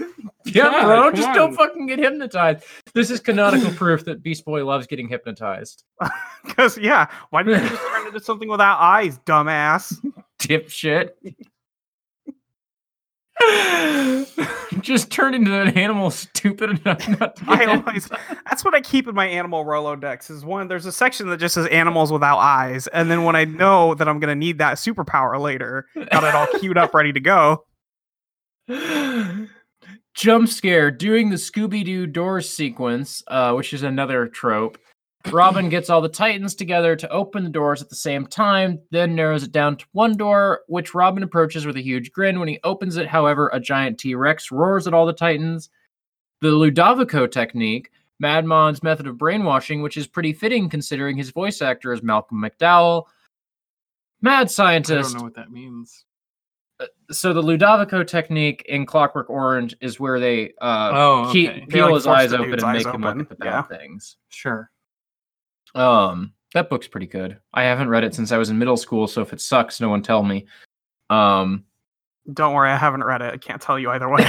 [SPEAKER 1] Yeah,
[SPEAKER 2] Yeah,
[SPEAKER 1] bro,
[SPEAKER 2] come
[SPEAKER 1] just don't
[SPEAKER 2] on.
[SPEAKER 1] fucking get hypnotized. This is
[SPEAKER 2] [laughs]
[SPEAKER 1] canonical proof that Beast Boy loves getting hypnotized.
[SPEAKER 3] Because yeah, why did you just
[SPEAKER 2] [laughs]
[SPEAKER 3] turn into something without eyes, dumbass?
[SPEAKER 1] dipshit. [laughs] Just turned into an animal stupid enough not to
[SPEAKER 3] I
[SPEAKER 1] get it.
[SPEAKER 3] always that's what I keep in my animal Rolodex is one there's a section that just says animals without eyes, and then when I know that I'm gonna need that superpower later, got it all queued up, ready to go.
[SPEAKER 1] [gasps] Jump scare doing the Scooby Doo doors sequence, uh, which is another trope.
[SPEAKER 2] [laughs]
[SPEAKER 1] Robin gets all the Titans together to open the doors at the same time, then narrows it down to one door, which Robin approaches with a huge grin. When he opens it, however, a giant T Rex roars at all the Titans. The Ludovico technique, Madmon's method of brainwashing, which is pretty fitting considering his voice actor is Malcolm McDowell. Mad
[SPEAKER 2] I
[SPEAKER 1] scientist,
[SPEAKER 2] don't know what that means.
[SPEAKER 1] so the Ludovico technique in Clockwork Orange is where they uh,
[SPEAKER 2] Oh, okay.
[SPEAKER 1] keep, peel
[SPEAKER 3] like,
[SPEAKER 1] his
[SPEAKER 3] force
[SPEAKER 1] eyes
[SPEAKER 3] the
[SPEAKER 1] open
[SPEAKER 3] dude's
[SPEAKER 1] and
[SPEAKER 3] eyes
[SPEAKER 1] make him look
[SPEAKER 3] open,
[SPEAKER 1] at the bad
[SPEAKER 3] yeah.
[SPEAKER 1] things.
[SPEAKER 2] sure.
[SPEAKER 1] Um, that book's pretty good. I haven't read it since I was in middle school, so if it sucks, no one tell me.
[SPEAKER 3] [laughs]
[SPEAKER 1] Um,
[SPEAKER 3] Don't worry, I haven't read it. I can't tell you either way.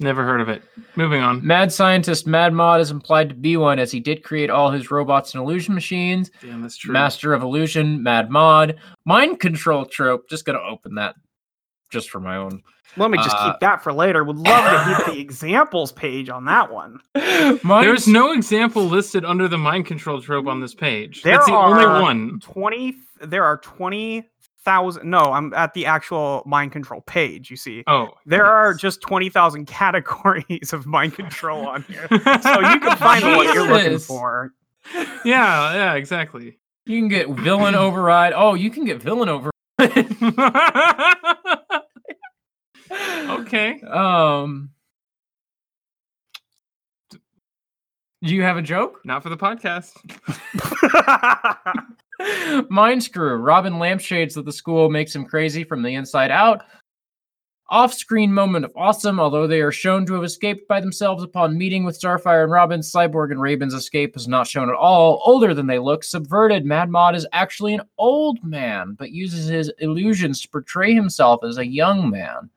[SPEAKER 2] Never heard of it. Moving on.
[SPEAKER 1] mad scientist Mad Mod is implied to be one, as he did create all his robots and illusion machines.
[SPEAKER 2] Damn, that's true.
[SPEAKER 1] Master of illusion, Mad Mod, mind control trope. Just gonna open that, just for my
[SPEAKER 3] [laughs]
[SPEAKER 1] own
[SPEAKER 3] [laughs] Let me just
[SPEAKER 1] Uh,
[SPEAKER 3] keep that for later. Would love to hit
[SPEAKER 1] [laughs]
[SPEAKER 3] the examples page on that one.
[SPEAKER 1] mind
[SPEAKER 2] There's no example listed under the mind control trope on this page.
[SPEAKER 3] There
[SPEAKER 2] That's the
[SPEAKER 3] are-
[SPEAKER 2] only one.
[SPEAKER 3] Twenty there are twenty thousand no, I'm at the actual mind control page, you see.
[SPEAKER 2] Oh,
[SPEAKER 3] There
[SPEAKER 2] [laughs]
[SPEAKER 3] are
[SPEAKER 2] yes.
[SPEAKER 3] just twenty thousand [laughs] categories of mind control on
[SPEAKER 1] [laughs]
[SPEAKER 3] here. So you can find what you're looking
[SPEAKER 1] Jesus.
[SPEAKER 3] for.
[SPEAKER 2] yeah, yeah, [laughs] exactly.
[SPEAKER 1] You can get villain override. Oh, you can get villain over.
[SPEAKER 2] okay.
[SPEAKER 1] Um. Do you have a joke?
[SPEAKER 2] Not for the podcast.
[SPEAKER 1] Mind screw. Robin lampshades that the school makes him crazy from the inside out. Off screen moment of awesome, although they are shown to have escaped by themselves upon meeting with Starfire and Robin, Cyborg and Raven's escape is not shown at all. Older than they look, subverted, Mad Mod is actually an old man, but uses his illusions to portray himself as a young man.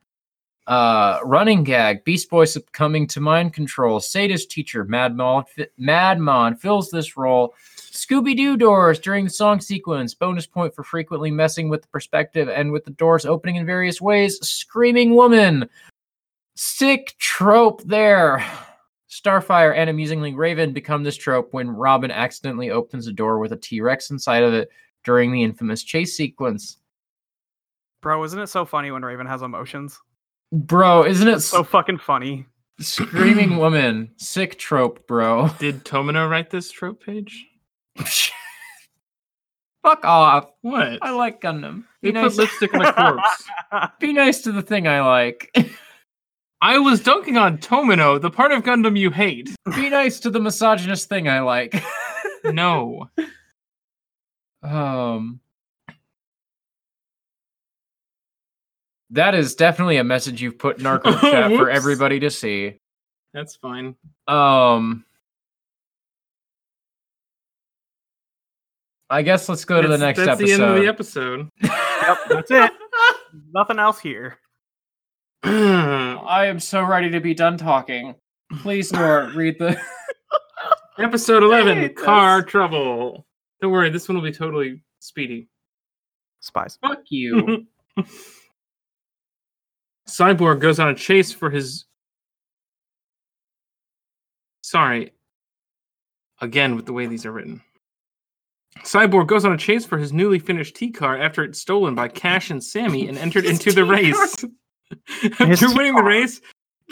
[SPEAKER 1] Uh, running gag, Beast Boy succumbing to mind control, sadist teacher, Mad Mod, Mad Mod fills this role. Scooby Doo doors during the song sequence. Bonus point for frequently messing with the perspective and with the doors opening in various ways. Screaming woman. Sick trope there. Starfire and amusingly Raven become this trope when Robin accidentally opens a door with a T Rex inside of it during the infamous chase sequence.
[SPEAKER 3] [laughs] Bro, isn't it so funny when Raven has emotions?
[SPEAKER 1] Bro, isn't it
[SPEAKER 3] So
[SPEAKER 1] so
[SPEAKER 3] fucking funny.
[SPEAKER 1] screaming woman? Sick trope, bro. [laughs]
[SPEAKER 2] Did Tomino write this trope page?
[SPEAKER 1] Fuck off.
[SPEAKER 2] What?
[SPEAKER 1] I like Gundam.
[SPEAKER 2] They
[SPEAKER 1] Be
[SPEAKER 2] put
[SPEAKER 1] nice,
[SPEAKER 2] lipstick on
[SPEAKER 1] [laughs]
[SPEAKER 2] a corpse.
[SPEAKER 1] be nice to the thing I like. [laughs]
[SPEAKER 2] I was dunking on Tomino, the part of Gundam you hate.
[SPEAKER 1] be nice to the misogynist thing I like. [laughs]
[SPEAKER 2] No.
[SPEAKER 1] Um, that is definitely a message you've put in our
[SPEAKER 2] [laughs]
[SPEAKER 1] group chat for
[SPEAKER 2] Whoops.
[SPEAKER 1] everybody to see.
[SPEAKER 2] That's fine.
[SPEAKER 1] Um, I guess let's go to the next
[SPEAKER 2] That's- that's
[SPEAKER 1] episode.
[SPEAKER 2] the end of the episode.
[SPEAKER 3] yep,
[SPEAKER 1] [laughs]
[SPEAKER 3] that's it. Nothing else here.
[SPEAKER 2] [laughs]
[SPEAKER 1] I am so ready to be done talking. Please, Nora, read the
[SPEAKER 2] [clears throat] Episode 11
[SPEAKER 3] hate
[SPEAKER 2] Car
[SPEAKER 3] this.
[SPEAKER 2] Trouble. Don't worry, this one will be totally speedy.
[SPEAKER 3] Spies.
[SPEAKER 1] [laughs] Fuck you.
[SPEAKER 2] Cyborg goes on a chase for his. Sorry. Again, with the way these are written. Cyborg goes on a chase for his newly finished T car after it's stolen by Cash and Sammy and entered
[SPEAKER 3] His
[SPEAKER 2] into the
[SPEAKER 3] T-car.
[SPEAKER 2] race. [laughs]
[SPEAKER 3] His
[SPEAKER 2] After winning the
[SPEAKER 3] T-car.
[SPEAKER 2] race,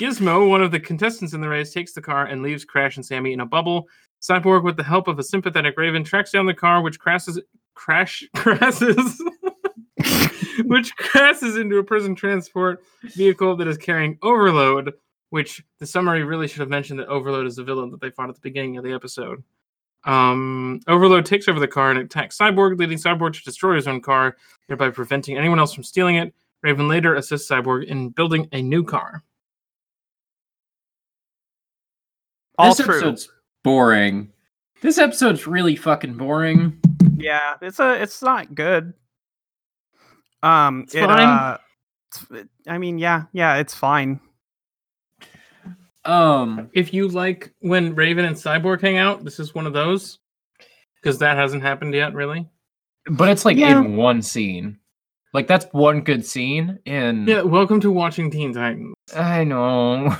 [SPEAKER 2] Gizmo, one of the contestants in the race, takes the car and leaves Crash and Sammy in a bubble. Cyborg, with the help of a sympathetic Raven, tracks down the car, which crashes, crash, [laughs] crashes, which crashes into a prison transport vehicle that is carrying Overload. Which the summary really should have mentioned that Overload is the villain that they fought at the beginning of the episode. Um, Overload takes over the car and attacks Cyborg, leading Cyborg to destroy his own car, thereby preventing anyone else from stealing it. Raven later assists Cyborg in building a new car.
[SPEAKER 3] All
[SPEAKER 1] this
[SPEAKER 3] true.
[SPEAKER 1] episode's boring. This episode's really fucking boring.
[SPEAKER 3] Yeah, it's a it's not good. Um,
[SPEAKER 1] It's
[SPEAKER 3] it,
[SPEAKER 1] fine.
[SPEAKER 3] uh, it's- it- I mean, yeah, yeah, it's fine.
[SPEAKER 1] Um,
[SPEAKER 2] If you like when Raven and Cyborg hang out, this is one of those because that hasn't happened yet, really.
[SPEAKER 1] but it's like
[SPEAKER 3] Yeah.
[SPEAKER 1] in one scene. Like that's one good scene, and
[SPEAKER 2] Yeah, welcome to watching Teen Titans.
[SPEAKER 1] [laughs] I
[SPEAKER 2] [laughs]
[SPEAKER 1] know.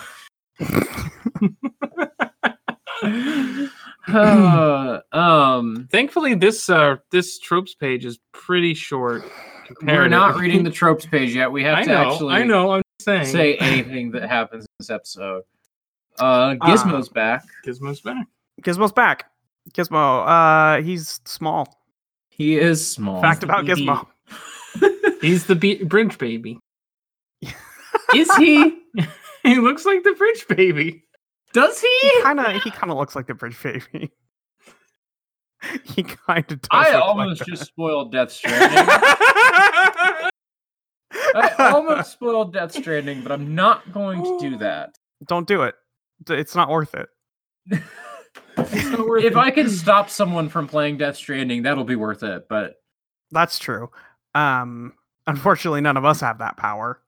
[SPEAKER 1] [laughs] Uh, um,
[SPEAKER 2] Thankfully, this uh this tropes page is pretty short.
[SPEAKER 1] we're
[SPEAKER 2] compared-
[SPEAKER 1] not reading the tropes page yet. We have
[SPEAKER 2] I
[SPEAKER 1] to
[SPEAKER 2] know,
[SPEAKER 1] actually
[SPEAKER 2] I know. I'm just saying.
[SPEAKER 1] say anything that happens in this episode. Uh,
[SPEAKER 2] Ah.
[SPEAKER 1] Gizmo's back.
[SPEAKER 2] Gizmo's back.
[SPEAKER 3] Gizmo's back. Gizmo, uh, he's small.
[SPEAKER 1] He is small.
[SPEAKER 3] Fact about
[SPEAKER 2] BB. [laughs]
[SPEAKER 3] Gizmo.
[SPEAKER 2] He's the be- bridge
[SPEAKER 3] [laughs]
[SPEAKER 2] baby.
[SPEAKER 1] is he?
[SPEAKER 2] [laughs] He looks like the bridge baby.
[SPEAKER 1] Does [laughs] he?
[SPEAKER 3] He kind of he kind of looks like the bridge baby. [laughs] he kind of.
[SPEAKER 1] I almost just spoiled Death Stranding. I
[SPEAKER 2] [laughs]
[SPEAKER 1] almost spoiled Death Stranding, but I'm not going to do that.
[SPEAKER 3] [laughs] Don't do it. D- It's not worth it.
[SPEAKER 2] It's not worth
[SPEAKER 1] If
[SPEAKER 2] it.
[SPEAKER 1] I can stop someone from playing Death Stranding, that'll be worth it.
[SPEAKER 2] [laughs]
[SPEAKER 1] But
[SPEAKER 3] That's true. Um,
[SPEAKER 2] Mm-hmm.
[SPEAKER 3] unfortunately, none of us have
[SPEAKER 2] [laughs]
[SPEAKER 3] that power. [laughs]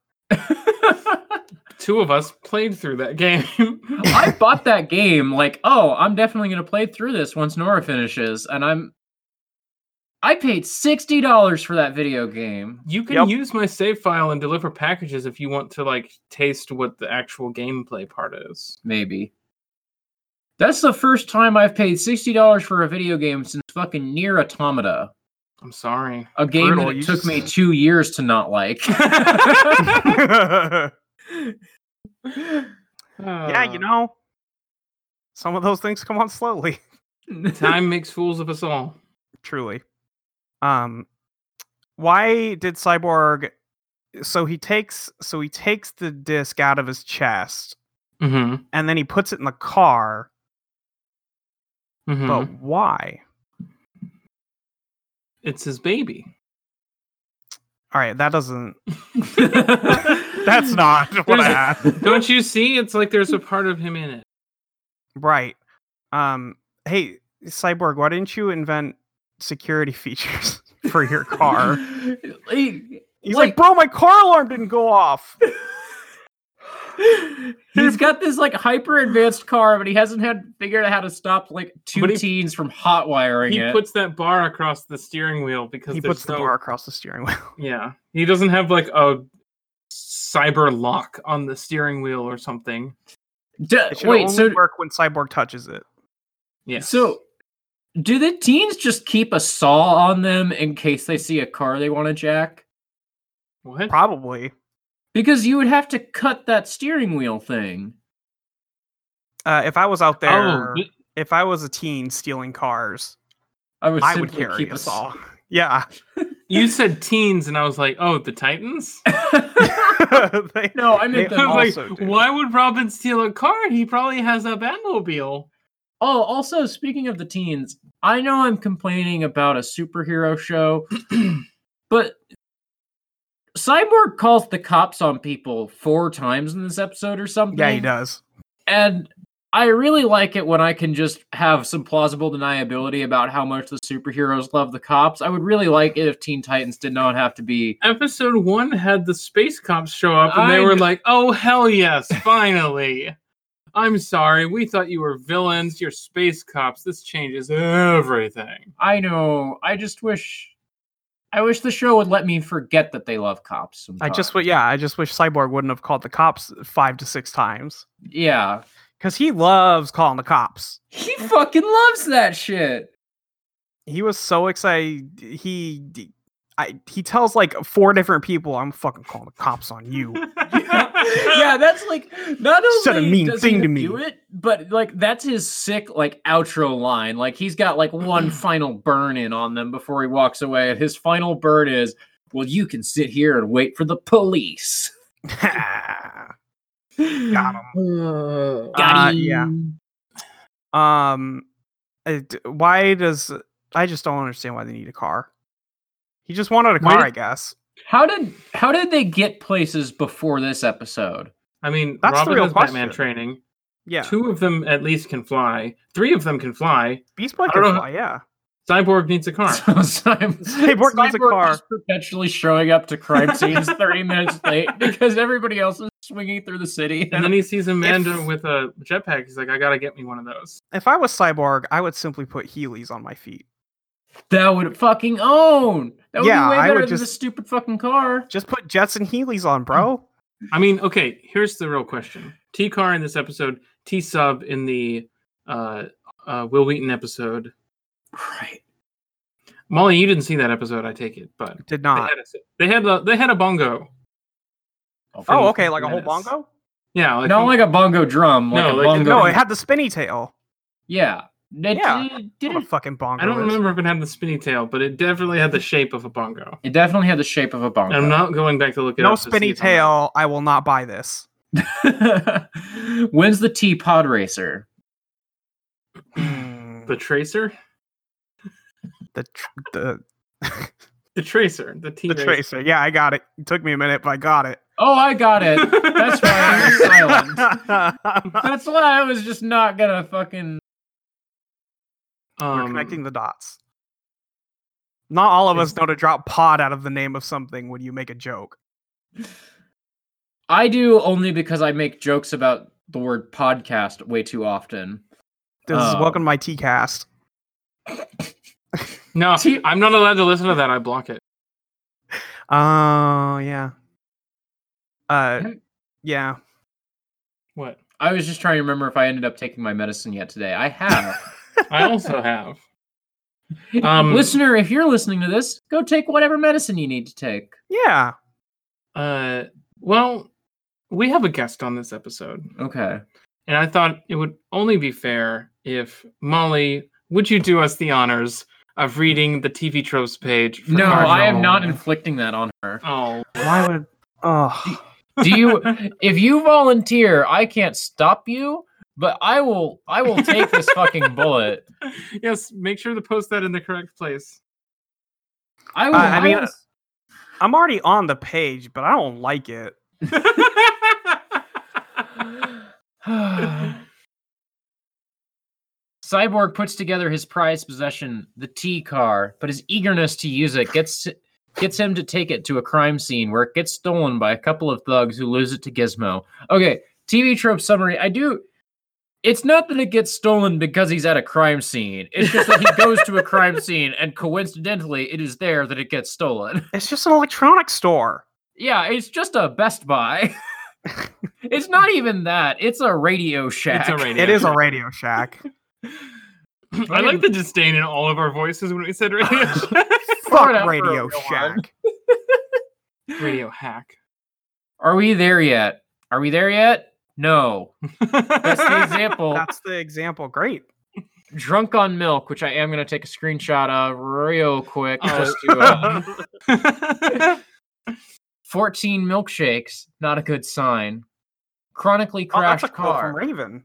[SPEAKER 2] two of us played through that game. [laughs]
[SPEAKER 1] I bought that game like, oh, I'm definitely going to play through this once Nora finishes, and I'm. I paid sixty dollars for that video game.
[SPEAKER 2] You can
[SPEAKER 3] Yep.
[SPEAKER 2] use my save file and deliver packages if you want to like taste what the actual gameplay part is.
[SPEAKER 1] Maybe. That's the first time I've paid sixty dollars for a video game since fucking Near Automata,
[SPEAKER 2] I'm sorry.
[SPEAKER 3] [gasps]
[SPEAKER 1] a game
[SPEAKER 3] Brutal,
[SPEAKER 1] that it
[SPEAKER 3] you
[SPEAKER 1] took
[SPEAKER 3] just-
[SPEAKER 1] me two years to not like.
[SPEAKER 3] yeah, you
[SPEAKER 2] Uh,
[SPEAKER 3] know, some of those things come on slowly.
[SPEAKER 2] [sighs]
[SPEAKER 3] [laughs]
[SPEAKER 2] time makes fools of us all.
[SPEAKER 3] Truly. Um, why did Cyborg? So he takes so he takes the disc out of his chest
[SPEAKER 2] Mm-hmm.
[SPEAKER 3] and then he puts it in the car.
[SPEAKER 2] hmm
[SPEAKER 3] But why?
[SPEAKER 2] it's his baby.
[SPEAKER 3] All right, that doesn't.
[SPEAKER 2] [laughs]
[SPEAKER 1] That's
[SPEAKER 3] That's not what
[SPEAKER 2] There's
[SPEAKER 3] I
[SPEAKER 2] a-
[SPEAKER 3] asked.
[SPEAKER 1] [laughs]
[SPEAKER 2] Don't you see? It's like there's a part of him in it.
[SPEAKER 3] Right. Um. Hey, Cyborg, why didn't you invent security [laughs] features for your car? He's like,
[SPEAKER 1] Like-
[SPEAKER 3] bro, my car alarm didn't go off.
[SPEAKER 2] [laughs]
[SPEAKER 1] He's got this like hyper advanced car, but he hasn't had figured out how to stop like two
[SPEAKER 2] But he-
[SPEAKER 1] teens from hot wiring
[SPEAKER 2] He
[SPEAKER 1] it.
[SPEAKER 2] puts that bar across the steering wheel because
[SPEAKER 3] he
[SPEAKER 2] there's
[SPEAKER 3] puts the
[SPEAKER 2] no-
[SPEAKER 3] bar across the steering wheel.
[SPEAKER 2] Yeah, he doesn't have like a cyber lock on the steering wheel or something.
[SPEAKER 1] D-
[SPEAKER 3] [laughs] It should
[SPEAKER 1] wait,
[SPEAKER 3] only
[SPEAKER 1] so
[SPEAKER 3] work when Cyborg touches [laughs] it.
[SPEAKER 2] Yeah.
[SPEAKER 1] so do the teens just keep a saw on them in case they see a car they want to jack?
[SPEAKER 2] what?
[SPEAKER 3] Probably.
[SPEAKER 1] Because you would have to cut that steering wheel thing.
[SPEAKER 3] Uh, if I was out there,
[SPEAKER 2] Oh, y-
[SPEAKER 3] if I was a teen stealing cars,
[SPEAKER 1] I would,
[SPEAKER 3] I would
[SPEAKER 1] simply
[SPEAKER 3] carry
[SPEAKER 1] keep
[SPEAKER 3] a
[SPEAKER 1] a saw.
[SPEAKER 3] saw. [laughs] Yeah,
[SPEAKER 2] you said teens, and I was like, oh, the
[SPEAKER 3] [laughs]
[SPEAKER 2] Titans.
[SPEAKER 3] They-
[SPEAKER 1] no, I
[SPEAKER 3] [laughs]
[SPEAKER 1] meant
[SPEAKER 3] They-
[SPEAKER 1] them
[SPEAKER 2] I was
[SPEAKER 3] also
[SPEAKER 2] like,
[SPEAKER 3] do.
[SPEAKER 2] why would Robin steal a car? He probably has a Batmobile.
[SPEAKER 1] Oh, also speaking of the teens, I know I'm complaining about a superhero show, [clears throat] but Cyborg calls the cops on people four times in this episode or something.
[SPEAKER 3] yeah, he does.
[SPEAKER 1] And I really like it when I can just have some plausible deniability about how much the superheroes love the cops. I would really like it if Teen Titans did not have to be
[SPEAKER 2] Episode one had the space cops show up, and they
[SPEAKER 1] I
[SPEAKER 2] were
[SPEAKER 1] kn-
[SPEAKER 2] like, oh, hell yes, finally. I'm sorry. We thought you were villains. You're space cops. This changes everything.
[SPEAKER 1] I know. I just wish. I wish the show would let me forget that they love cops.
[SPEAKER 3] I
[SPEAKER 1] Sometimes.
[SPEAKER 3] just w- yeah, I just wish Cyborg wouldn't have called the cops five to six times
[SPEAKER 1] Yeah.
[SPEAKER 3] because he loves calling the cops.
[SPEAKER 1] He fucking loves that
[SPEAKER 3] [laughs]
[SPEAKER 1] shit.
[SPEAKER 3] He was so excited. He. d- I, he tells like four different people, "I'm fucking calling the cops on you." [laughs]
[SPEAKER 1] [laughs] yeah, that's like not only
[SPEAKER 3] Said a mean
[SPEAKER 1] does
[SPEAKER 3] thing
[SPEAKER 1] he
[SPEAKER 3] to me.
[SPEAKER 1] do it, but like that's his sick like outro line. Like he's got like
[SPEAKER 3] [clears throat]
[SPEAKER 1] one final burn in on them before he walks away, and his final burn is, "Well, you can sit here and wait for the police."
[SPEAKER 3] Got him.
[SPEAKER 1] Got [sighs]
[SPEAKER 3] Uh, yeah.
[SPEAKER 1] him.
[SPEAKER 3] Um, it- why does I just don't understand why they need a car? He just wanted a
[SPEAKER 2] Why
[SPEAKER 3] car,
[SPEAKER 2] did-
[SPEAKER 3] I guess.
[SPEAKER 1] How did how did they get places before this episode?
[SPEAKER 2] I mean,
[SPEAKER 3] That's the
[SPEAKER 2] Robin
[SPEAKER 3] real
[SPEAKER 2] has Batman
[SPEAKER 3] question.
[SPEAKER 2] training.
[SPEAKER 3] Yeah,
[SPEAKER 2] Two of them at least can fly. Three of them can fly.
[SPEAKER 3] Beast Boy
[SPEAKER 2] I
[SPEAKER 3] can
[SPEAKER 2] don't know.
[SPEAKER 3] fly. Yeah,
[SPEAKER 2] Cyborg needs a
[SPEAKER 3] [laughs]
[SPEAKER 1] [laughs]
[SPEAKER 2] car.
[SPEAKER 1] So Cy-
[SPEAKER 3] Cyborg needs a
[SPEAKER 1] Cyborg
[SPEAKER 3] car.
[SPEAKER 1] is perpetually showing up to
[SPEAKER 3] [laughs]
[SPEAKER 1] crime scenes 30 minutes late because everybody else is swinging through the city.
[SPEAKER 2] And then he sees Amanda
[SPEAKER 3] If-
[SPEAKER 2] with a jetpack. He's like, I gotta get me one of those.
[SPEAKER 3] If I was Cyborg, I would simply put Heelys on my feet.
[SPEAKER 1] That would fucking own. That would
[SPEAKER 3] Yeah,
[SPEAKER 1] be way
[SPEAKER 3] I
[SPEAKER 1] better
[SPEAKER 3] would
[SPEAKER 1] than
[SPEAKER 3] just-
[SPEAKER 1] this stupid fucking car.
[SPEAKER 3] Just put Jets and Heelys
[SPEAKER 2] Mm.
[SPEAKER 3] on, bro.
[SPEAKER 2] I mean, okay, here's the real question. T car in this episode, T sub in the uh, uh, Will Wheaton episode.
[SPEAKER 1] Right.
[SPEAKER 2] Molly, you didn't see that episode, I take it, but they
[SPEAKER 3] Did not.
[SPEAKER 2] had a, they had a, they had a bongo.
[SPEAKER 3] Oh, okay, like a whole
[SPEAKER 2] Menace.
[SPEAKER 3] bongo.
[SPEAKER 2] Yeah, like
[SPEAKER 1] Not like a bongo drum, like
[SPEAKER 2] No,
[SPEAKER 1] a
[SPEAKER 2] like-
[SPEAKER 1] bongo.
[SPEAKER 3] No, it had the spinny tail.
[SPEAKER 1] yeah. It,
[SPEAKER 3] Yeah.
[SPEAKER 1] it
[SPEAKER 3] What a
[SPEAKER 1] didn't.
[SPEAKER 3] fucking bongo!
[SPEAKER 2] I don't
[SPEAKER 3] is.
[SPEAKER 2] remember if it had the spinny tail, but it definitely had the shape of a bongo.
[SPEAKER 1] It definitely had the shape of a bongo.
[SPEAKER 2] I'm not going back to look it
[SPEAKER 3] No
[SPEAKER 2] up. to see
[SPEAKER 3] spinny
[SPEAKER 2] if I'm right.
[SPEAKER 3] tail. I will not
[SPEAKER 2] [laughs]
[SPEAKER 3] buy this.
[SPEAKER 1] [laughs] When's the T Pod Racer?
[SPEAKER 3] the
[SPEAKER 2] The tracer,
[SPEAKER 3] tr- Mm, the
[SPEAKER 2] the tracer, the T.
[SPEAKER 3] the tracer. Yeah, I got it. It took me a minute, but I got it.
[SPEAKER 1] Oh, I got
[SPEAKER 3] [laughs]
[SPEAKER 1] it. That's why I was
[SPEAKER 2] [laughs]
[SPEAKER 1] silent.
[SPEAKER 3] We're
[SPEAKER 1] That's why I was just not gonna fucking.
[SPEAKER 2] Um,
[SPEAKER 1] Um,
[SPEAKER 3] connecting the dots. Not all of us
[SPEAKER 2] is-
[SPEAKER 3] know to drop pod out of the name of something when you make a joke.
[SPEAKER 1] I do only because I make jokes about the word podcast way too often.
[SPEAKER 3] This is
[SPEAKER 1] Oh.
[SPEAKER 3] welcome to my T cast.
[SPEAKER 2] No,
[SPEAKER 1] T-
[SPEAKER 2] I'm not allowed to listen to that. I block it.
[SPEAKER 3] Oh yeah. Uh
[SPEAKER 1] Haven't-
[SPEAKER 3] yeah.
[SPEAKER 2] What?
[SPEAKER 1] I was just trying to remember if I ended up taking my medicine yet today. I have.
[SPEAKER 2] I
[SPEAKER 3] [laughs]
[SPEAKER 2] also have. Um,
[SPEAKER 1] Listener, if you're listening to this, go take whatever medicine you need to take.
[SPEAKER 3] Yeah.
[SPEAKER 2] Uh, well, we have a guest on this episode,
[SPEAKER 1] Okay.
[SPEAKER 2] and I thought it would only be fair if Molly, would you do us the honors of reading the TV tropes page? for
[SPEAKER 1] No,
[SPEAKER 2] our
[SPEAKER 1] I am not
[SPEAKER 2] novel?
[SPEAKER 1] inflicting that on her.
[SPEAKER 2] Oh,
[SPEAKER 3] Why would oh
[SPEAKER 1] Do you [laughs] if you volunteer, I can't stop you, but I will I will take this fucking bullet.
[SPEAKER 2] yes. Make sure to post that in the correct
[SPEAKER 3] [laughs]
[SPEAKER 2] place. [laughs]
[SPEAKER 1] I will
[SPEAKER 3] Uh, I mean,
[SPEAKER 1] will-
[SPEAKER 3] I'm already on the page, but I don't like it.
[SPEAKER 1] [sighs] Cyborg puts together his prized possession, the T car, but his eagerness to use it gets gets him to take it to a crime scene where it gets stolen by a couple of thugs who lose it to Gizmo. Okay, TV trope summary. I do. It's not that it gets stolen because he's at a crime scene. It's just that he
[SPEAKER 2] [laughs]
[SPEAKER 1] goes to a crime scene and coincidentally it is there that it gets stolen. [laughs]
[SPEAKER 3] It's just an electronics store.
[SPEAKER 1] Yeah, it's just a Best Buy. [laughs] it's not even that. It's a Radio Shack.
[SPEAKER 2] It's a radio.
[SPEAKER 3] It is a Radio
[SPEAKER 1] [laughs]
[SPEAKER 3] Shack.
[SPEAKER 2] I like the disdain in all of our voices when we
[SPEAKER 3] [laughs]
[SPEAKER 2] said radio.
[SPEAKER 1] Far out
[SPEAKER 3] Fuck
[SPEAKER 1] for a
[SPEAKER 3] Radio
[SPEAKER 1] real one.
[SPEAKER 3] Shack.
[SPEAKER 2] radio [laughs] hack.
[SPEAKER 1] Are we there yet? Are we there yet? No. That's the
[SPEAKER 3] [laughs]
[SPEAKER 1] example.
[SPEAKER 3] That's the example. Great.
[SPEAKER 1] Drunk on Milk, which I am going to take a screenshot of real quick.
[SPEAKER 2] Oh.
[SPEAKER 1] Just to, [laughs] uh,
[SPEAKER 2] [laughs]
[SPEAKER 1] 14 milkshakes, not a good sign. Chronically
[SPEAKER 3] Oh, that's
[SPEAKER 1] crashed
[SPEAKER 3] a quote
[SPEAKER 1] car.
[SPEAKER 3] from Raven.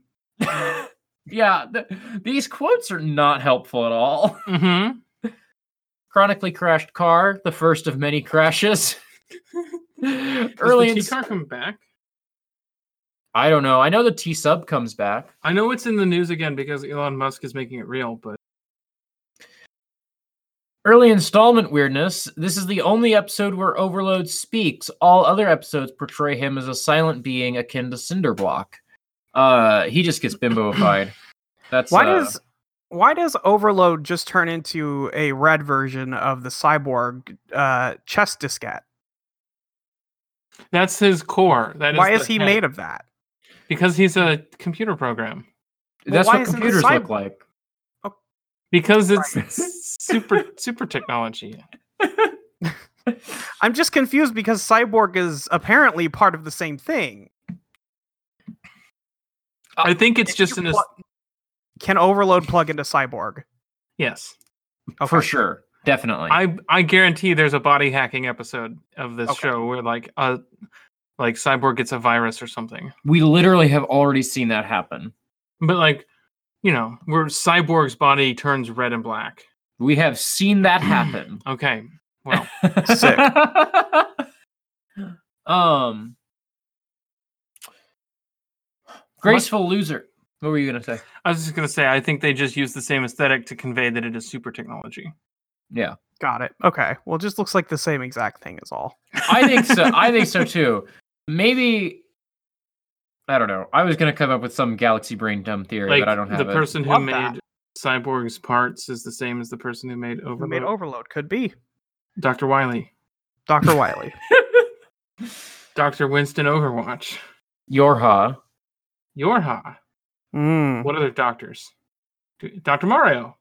[SPEAKER 3] [laughs]
[SPEAKER 1] yeah, th- these quotes are not helpful at all. [laughs]
[SPEAKER 3] Mm-hmm.
[SPEAKER 2] hmm
[SPEAKER 1] Chronically crashed car, the first of many
[SPEAKER 3] [laughs]
[SPEAKER 1] crashes. Early in
[SPEAKER 2] Does the T-Car come back?
[SPEAKER 1] I don't know. I know the T sub comes back.
[SPEAKER 2] I know it's in the news again because Elon Musk is making it real, but
[SPEAKER 1] Early installment weirdness. This is the only episode where Overload speaks. All other episodes portray him as a silent being akin to Cinderblock. Uh, he just gets
[SPEAKER 3] [clears throat]
[SPEAKER 1] bimboified. That's
[SPEAKER 3] Why
[SPEAKER 1] uh,
[SPEAKER 3] does why does Overload just turn into a red version of the cyborg uh, chess diskette?
[SPEAKER 2] That's his core. That
[SPEAKER 3] Why is
[SPEAKER 2] the
[SPEAKER 3] he
[SPEAKER 2] head.
[SPEAKER 3] made of that?
[SPEAKER 2] Because he's a computer program.
[SPEAKER 3] Well,
[SPEAKER 1] that's
[SPEAKER 3] why
[SPEAKER 1] what
[SPEAKER 3] isn't the
[SPEAKER 1] computers
[SPEAKER 3] cyber-
[SPEAKER 1] look like.
[SPEAKER 2] Because it's
[SPEAKER 1] Right.
[SPEAKER 2] super super technology.
[SPEAKER 3] I'm just confused because cyborg is apparently part of the same thing.
[SPEAKER 2] I think it's just an
[SPEAKER 3] Uh, pl- Can Overload plug into cyborg?
[SPEAKER 2] yes.
[SPEAKER 3] Okay.
[SPEAKER 1] For sure, definitely.
[SPEAKER 2] I I guarantee there's a body hacking episode of this
[SPEAKER 3] Okay.
[SPEAKER 2] show where like a like cyborg gets a virus or something.
[SPEAKER 1] we literally have already seen that happen.
[SPEAKER 2] But like, you know, where cyborg's body turns red and black.
[SPEAKER 1] We have seen that happen.
[SPEAKER 2] Okay. Well,
[SPEAKER 3] [clears throat] Sick.
[SPEAKER 1] [laughs] um, graceful loser. What were you gonna say?
[SPEAKER 2] I was just gonna say I think they just use the same aesthetic to convey that it is super technology.
[SPEAKER 1] Yeah,
[SPEAKER 3] Got it. Okay. Well, it just looks like the same exact thing is all.
[SPEAKER 1] I think so. I think so too. Maybe. I don't know. I was gonna come up with some galaxy brain dumb theory,
[SPEAKER 2] like
[SPEAKER 1] but I don't have
[SPEAKER 2] the
[SPEAKER 1] it.
[SPEAKER 2] person who
[SPEAKER 3] Love
[SPEAKER 2] made
[SPEAKER 3] that.
[SPEAKER 2] cyborg's parts is the same as the person who made
[SPEAKER 3] Who
[SPEAKER 2] Overload.
[SPEAKER 3] made Overload could be
[SPEAKER 2] Dr. Wiley, [laughs]
[SPEAKER 3] Dr. Wiley.
[SPEAKER 2] Dr. Winston Overwatch,
[SPEAKER 1] Yorha.
[SPEAKER 2] Yorha.
[SPEAKER 1] Mm-hmm.
[SPEAKER 3] Mm.
[SPEAKER 2] What other doctors? D- Dr. Mario.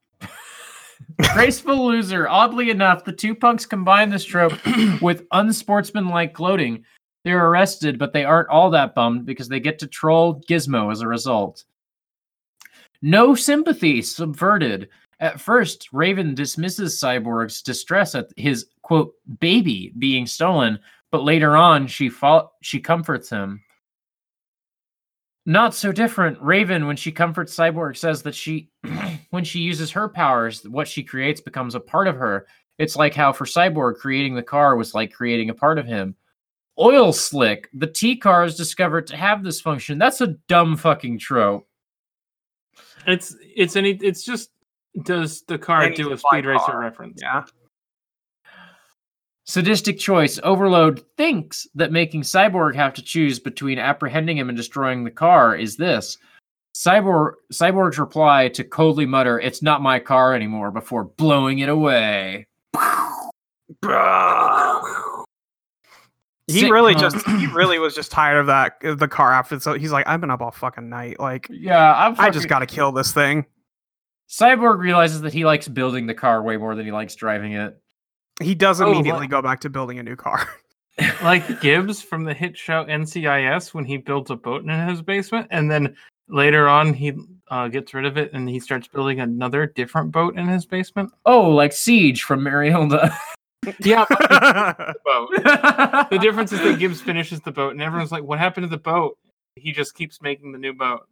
[SPEAKER 1] Graceful loser. Oddly enough, the two punks combine this trope with unsportsmanlike gloating. They're arrested, but they aren't all that bummed because they get to troll Gizmo as a result. No sympathy subverted. At first, Raven dismisses Cyborg's distress at his quote baby being stolen, but later on she fo- she comforts him. Not so different. Raven, when she comforts Cyborg, says that she, when she uses her powers, what she creates becomes a part of her. It's like how for Cyborg, creating the car was like creating a part of him. Oil slick, the T car is discovered to have this function. That's a dumb fucking trope.
[SPEAKER 2] It's it's any it's just does the car
[SPEAKER 3] Any
[SPEAKER 2] do a
[SPEAKER 3] supply
[SPEAKER 2] speed racer
[SPEAKER 3] car.
[SPEAKER 2] reference?
[SPEAKER 3] Yeah.
[SPEAKER 1] Sadistic choice. Overload thinks that making Cyborg have to choose between apprehending him and destroying the car is this. Cyborg Cyborg's reply to coldly mutter, "It's not my car anymore," before blowing it away.
[SPEAKER 3] He
[SPEAKER 1] Sick
[SPEAKER 3] really
[SPEAKER 1] punk.
[SPEAKER 3] just he really was just tired of that the car after so he's like I've been up all fucking night like
[SPEAKER 1] Yeah, I'm
[SPEAKER 3] I
[SPEAKER 1] fucking-
[SPEAKER 3] just got to kill this thing.
[SPEAKER 1] Cyborg realizes that he likes building the car way more than he likes driving it.
[SPEAKER 3] He does
[SPEAKER 2] Oh,
[SPEAKER 3] immediately
[SPEAKER 2] like-
[SPEAKER 3] go back to building a new car. [laughs]
[SPEAKER 2] Like Gibbs from the hit show NCIS when he builds a boat in his basement and then later on he uh, gets rid of it and he starts building another different boat in his basement.
[SPEAKER 1] Oh, like Siege from Marielda. [laughs]
[SPEAKER 2] Yeah,
[SPEAKER 3] yeah,
[SPEAKER 2] boat. The
[SPEAKER 1] the
[SPEAKER 2] difference is
[SPEAKER 1] [laughs]
[SPEAKER 2] that Gibbs finishes the boat, and everyone's like, "What happened to the boat?" He just keeps making the new boat.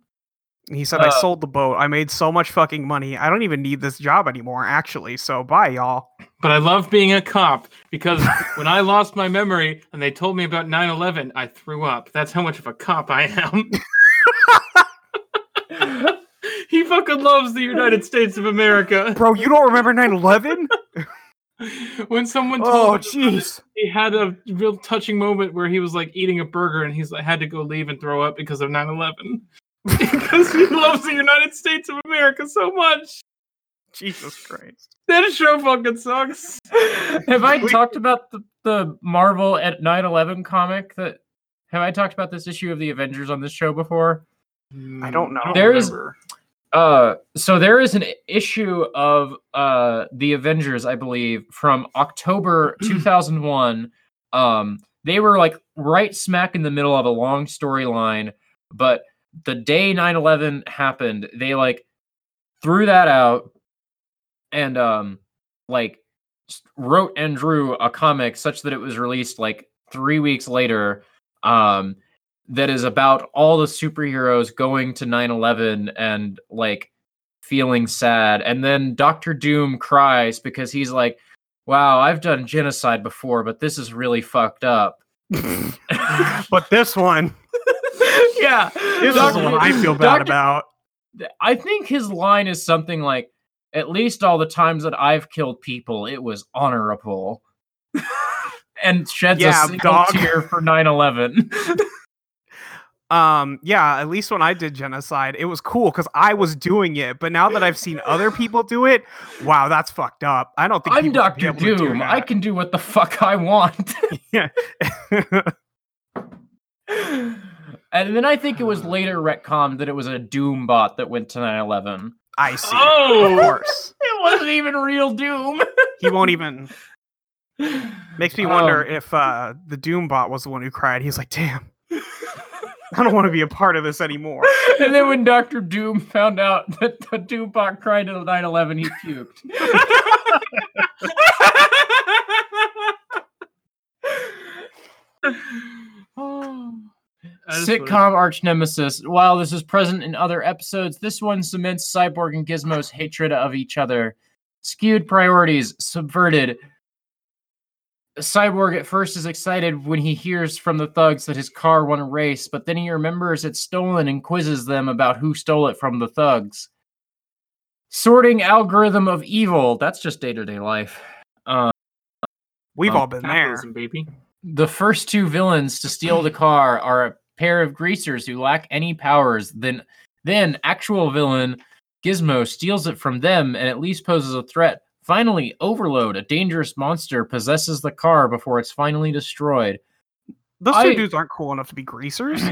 [SPEAKER 3] He said,
[SPEAKER 1] Uh,
[SPEAKER 3] I sold the boat. I made so much fucking money. I don't even need this job anymore, actually. So bye, y'all.
[SPEAKER 2] But I love being a cop because when I lost my memory and they told me about 9/11, I threw up. That's how much of a cop I am. [laughs] he fucking loves the United States of America.
[SPEAKER 3] Bro, you don't remember
[SPEAKER 1] [laughs]
[SPEAKER 3] 9 11?
[SPEAKER 2] [laughs] When someone told
[SPEAKER 3] oh,
[SPEAKER 2] him
[SPEAKER 3] jeez.
[SPEAKER 2] he had a real touching moment where he was like eating a burger and he's like had to go leave and throw up because of 9/11 [laughs] because he loves the United States of America so much.
[SPEAKER 3] Jesus Christ.
[SPEAKER 2] That show fucking sucks.
[SPEAKER 1] have I talked about the, the Marvel at 9-11 comic that have I talked about this issue of the Avengers on this show before? Hmm,
[SPEAKER 3] I don't know.
[SPEAKER 1] There is- Uh so there is an issue of uh the Avengers, I believe, from October 2001. Um they were like right smack in the middle of a long storyline, but the day 9/11 happened, they like threw that out and um like s- wrote and drew a comic such that it was released like 3 weeks later. Um that is about all the superheroes going to 9-11 and like feeling sad and then dr doom cries because he's like wow i've done genocide before but this is really fucked up
[SPEAKER 3] but this one,
[SPEAKER 1] [laughs] yeah
[SPEAKER 3] this is the one I feel bad about.
[SPEAKER 1] i think his line is something like at least all the times that i've killed people it was honorable [laughs] and sheds
[SPEAKER 3] Yeah,
[SPEAKER 1] a single
[SPEAKER 3] dog.
[SPEAKER 1] tear for 9-11
[SPEAKER 3] um yeah at least when i did genocide it was cool because i was doing it but now that i've seen other people do it wow that's fucked up i don't think
[SPEAKER 1] I'm
[SPEAKER 3] people should be
[SPEAKER 1] Doctor
[SPEAKER 3] able to do
[SPEAKER 1] Doom.
[SPEAKER 3] that.
[SPEAKER 1] I can do what the fuck I want.
[SPEAKER 3] [laughs]
[SPEAKER 1] [laughs] and then I think it was later retconned that it was a Doom bot that went to 9/11.
[SPEAKER 3] i see of
[SPEAKER 2] Oh,
[SPEAKER 3] course
[SPEAKER 1] [laughs] It wasn't even real
[SPEAKER 2] [laughs]
[SPEAKER 1] Doom.
[SPEAKER 3] he won't
[SPEAKER 1] [laughs]
[SPEAKER 3] even makes me
[SPEAKER 1] Um,
[SPEAKER 3] wonder if uh the doom bot was the one who cried he's like damn i don't want to be a part of this anymore
[SPEAKER 1] and then when Doctor Doom found out that the Doom bot cried to 9/11, he puked.
[SPEAKER 2] Oh. I just wanna-
[SPEAKER 1] Sitcom arch nemesis. While this is present in other episodes, this one cements Cyborg and Gizmo's hatred of each other. Skewed priorities, subverted. Cyborg at first is excited when he hears from the thugs that his car won a race, but then he remembers it's stolen and quizzes them about who stole it from the thugs. Sorting algorithm of evil. That's just day to day life. Um,
[SPEAKER 3] we've
[SPEAKER 1] Um,
[SPEAKER 3] all been there
[SPEAKER 2] Capitalism, baby.
[SPEAKER 1] the first two villains to steal the car are a pair of greasers who lack any powers. Then, then actual villain Gizmo steals it from them and at least poses a threat. Finally, Overload, a dangerous monster, possesses the car before it's finally destroyed.
[SPEAKER 3] those
[SPEAKER 1] I-
[SPEAKER 3] two dudes aren't cool enough to be greasers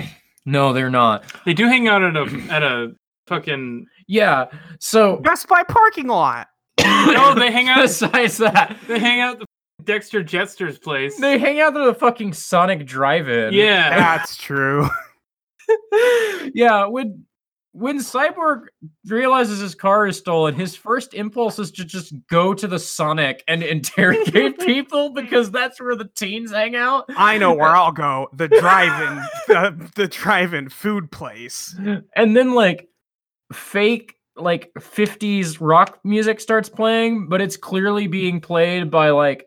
[SPEAKER 1] No, they're not.
[SPEAKER 2] They do hang out at a at a fucking.
[SPEAKER 1] Yeah. So
[SPEAKER 3] best buy
[SPEAKER 1] [laughs]
[SPEAKER 3] parking lot
[SPEAKER 2] No, they hang out.
[SPEAKER 1] besides that,
[SPEAKER 2] They hang out at the Dexter Jetster's place.
[SPEAKER 1] they hang out at the fucking Sonic Drive-In.
[SPEAKER 2] yeah.
[SPEAKER 3] that's true
[SPEAKER 1] [laughs] yeah, when when Cyborg realizes his car is stolen, his first impulse is to just go to the Sonic and
[SPEAKER 3] [laughs]
[SPEAKER 1] interrogate people because that's where the teens hang out.
[SPEAKER 3] I know where I'll go.
[SPEAKER 1] [laughs]
[SPEAKER 3] The drive-in, the, the drive-in food place. [laughs]
[SPEAKER 1] And then like fake like 50s rock music starts playing, but it's clearly being played by like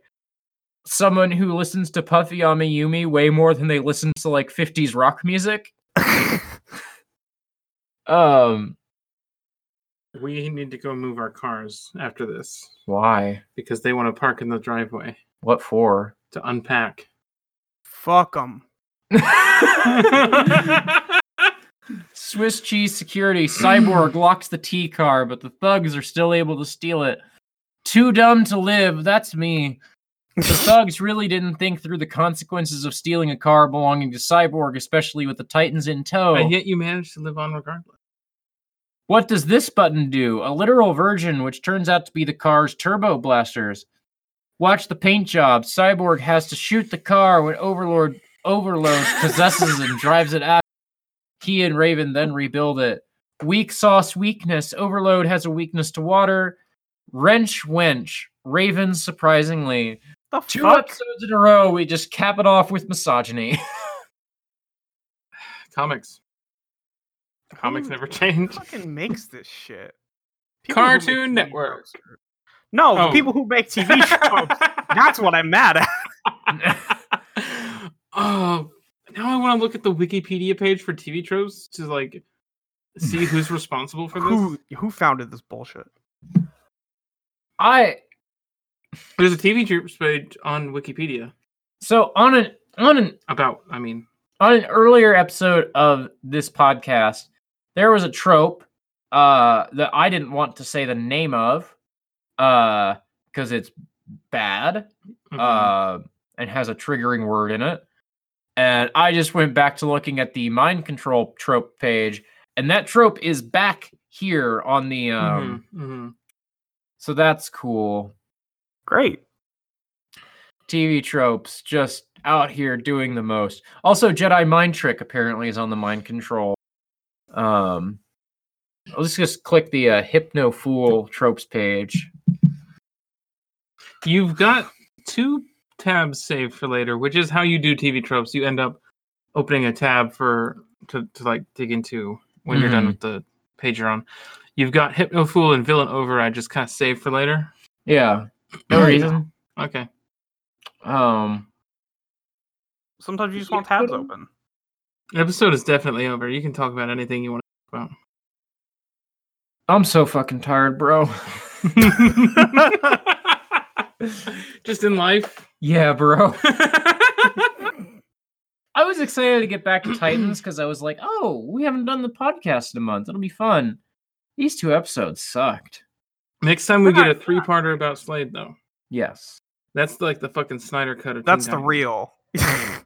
[SPEAKER 1] someone who listens to Puffy Amayumi way more than they listen to like 50s rock music. Um
[SPEAKER 2] We need to go move our cars after this
[SPEAKER 1] why?
[SPEAKER 2] because they want to park in the driveway
[SPEAKER 1] What for?
[SPEAKER 3] [laughs]
[SPEAKER 1] [laughs]
[SPEAKER 2] to [laughs] unpack.
[SPEAKER 3] Fuck them.
[SPEAKER 1] Swiss cheese security. Cyborg locks the T car, but the thugs are still able to steal it. Too dumb to live. That's me.
[SPEAKER 3] [laughs]
[SPEAKER 1] The thugs really didn't think through the consequences of stealing a car belonging to Cyborg, especially with the Titans in tow.
[SPEAKER 2] And yet you managed to live on regardless.
[SPEAKER 1] What does this button do? A literal version, which turns out to be the car's turbo blasters. Watch the paint job. Cyborg has to shoot the car when Overlord overloads, possesses, and drives it out. He and Raven then rebuild it. Weak sauce weakness. Overload has a weakness to water. Wrench wench. Raven surprisingly.
[SPEAKER 3] The
[SPEAKER 1] Two
[SPEAKER 3] fuck?
[SPEAKER 1] episodes in a row, we just cap it off with misogyny. [laughs]
[SPEAKER 2] Comics. Comics never [laughs] change.
[SPEAKER 3] Fucking makes this shit. who make
[SPEAKER 2] Cartoon
[SPEAKER 3] TV
[SPEAKER 2] Network.
[SPEAKER 3] shows are- No, the
[SPEAKER 2] Oh.
[SPEAKER 3] people who make TV
[SPEAKER 2] [laughs]
[SPEAKER 3] shows. That's what I'm mad at.
[SPEAKER 2] oh, now I want to look at the Wikipedia page for TV tropes to like see who's responsible for this.
[SPEAKER 3] Who who founded this bullshit?
[SPEAKER 1] I
[SPEAKER 2] There's a TV tropes page on Wikipedia
[SPEAKER 1] so on an on an
[SPEAKER 2] about. I mean,
[SPEAKER 1] on an earlier episode of this podcast, there was a trope uh, that I didn't want to say the name of because it's bad
[SPEAKER 2] mhm.
[SPEAKER 1] uh, and has a triggering word in it. And I just went back to looking at the mind control trope page, and that trope is back here on the. Um,
[SPEAKER 2] Mhm, mhm.
[SPEAKER 1] So that's cool.
[SPEAKER 3] Great.
[SPEAKER 1] TV tropes just out here doing the most. Also, Jedi Mind Trick apparently is on the mind control. Um, let's just click the uh, Hypno Fool tropes page.
[SPEAKER 2] you've got two tabs saved for later, which is how you do TV tropes. You end up opening a tab for to, to like dig into when you're done
[SPEAKER 3] Mm-hmm.
[SPEAKER 1] Mhm.
[SPEAKER 2] with the page you're on. You've got Hypno Fool and Villain Over. I just kind of saved for later.
[SPEAKER 1] Yeah,
[SPEAKER 3] Oh,
[SPEAKER 1] no reason.
[SPEAKER 2] Okay.
[SPEAKER 1] Um,
[SPEAKER 3] Sometimes you just
[SPEAKER 1] You
[SPEAKER 3] want tabs
[SPEAKER 1] put 'em-
[SPEAKER 3] open.
[SPEAKER 2] The episode is definitely over. You can talk about anything you want to talk
[SPEAKER 1] I'm so fucking tired, bro. [laughs]
[SPEAKER 2] [laughs] about. just in life. [laughs]
[SPEAKER 1] yeah, bro. I was excited to get back to Titans because I was like, oh, we haven't done the podcast in a month. It'll be fun. These two episodes sucked.
[SPEAKER 2] Next time we
[SPEAKER 3] We're
[SPEAKER 2] get a
[SPEAKER 3] not-
[SPEAKER 2] three parter about Slade, though.
[SPEAKER 1] Yes.
[SPEAKER 2] That's like the fucking Snyder cut of
[SPEAKER 3] That's
[SPEAKER 2] Teen
[SPEAKER 3] the
[SPEAKER 1] [laughs]
[SPEAKER 2] Titans.
[SPEAKER 3] real. [laughs] yeah,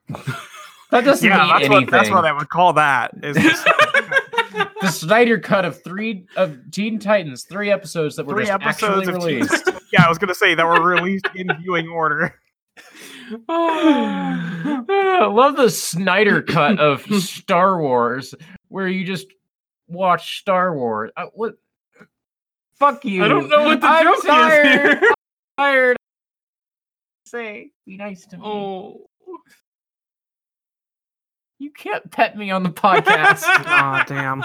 [SPEAKER 1] That doesn't mean
[SPEAKER 3] that's
[SPEAKER 1] anything.
[SPEAKER 3] what, that's what I would
[SPEAKER 1] [laughs]
[SPEAKER 3] call that. Is just
[SPEAKER 1] the Snyder cut of three of Teen Titans, three episodes that were
[SPEAKER 3] three
[SPEAKER 1] just
[SPEAKER 3] episodes
[SPEAKER 1] actually
[SPEAKER 3] of Teen-
[SPEAKER 1] released.
[SPEAKER 3] [laughs] yeah, I was gonna say that were released in viewing order.
[SPEAKER 2] Oh.
[SPEAKER 1] [laughs] I love the Snyder cut
[SPEAKER 2] [laughs]
[SPEAKER 1] of Star Wars, where you just watch Star Wars. I, what? Fuck you!
[SPEAKER 2] I don't know what the
[SPEAKER 1] I'm
[SPEAKER 2] joke
[SPEAKER 1] tired.
[SPEAKER 2] is here.
[SPEAKER 1] [laughs] Tired. Say, be nice to me.
[SPEAKER 2] Oh.
[SPEAKER 1] You can't pet me on the
[SPEAKER 2] [laughs]
[SPEAKER 1] podcast,
[SPEAKER 3] Aw, damn.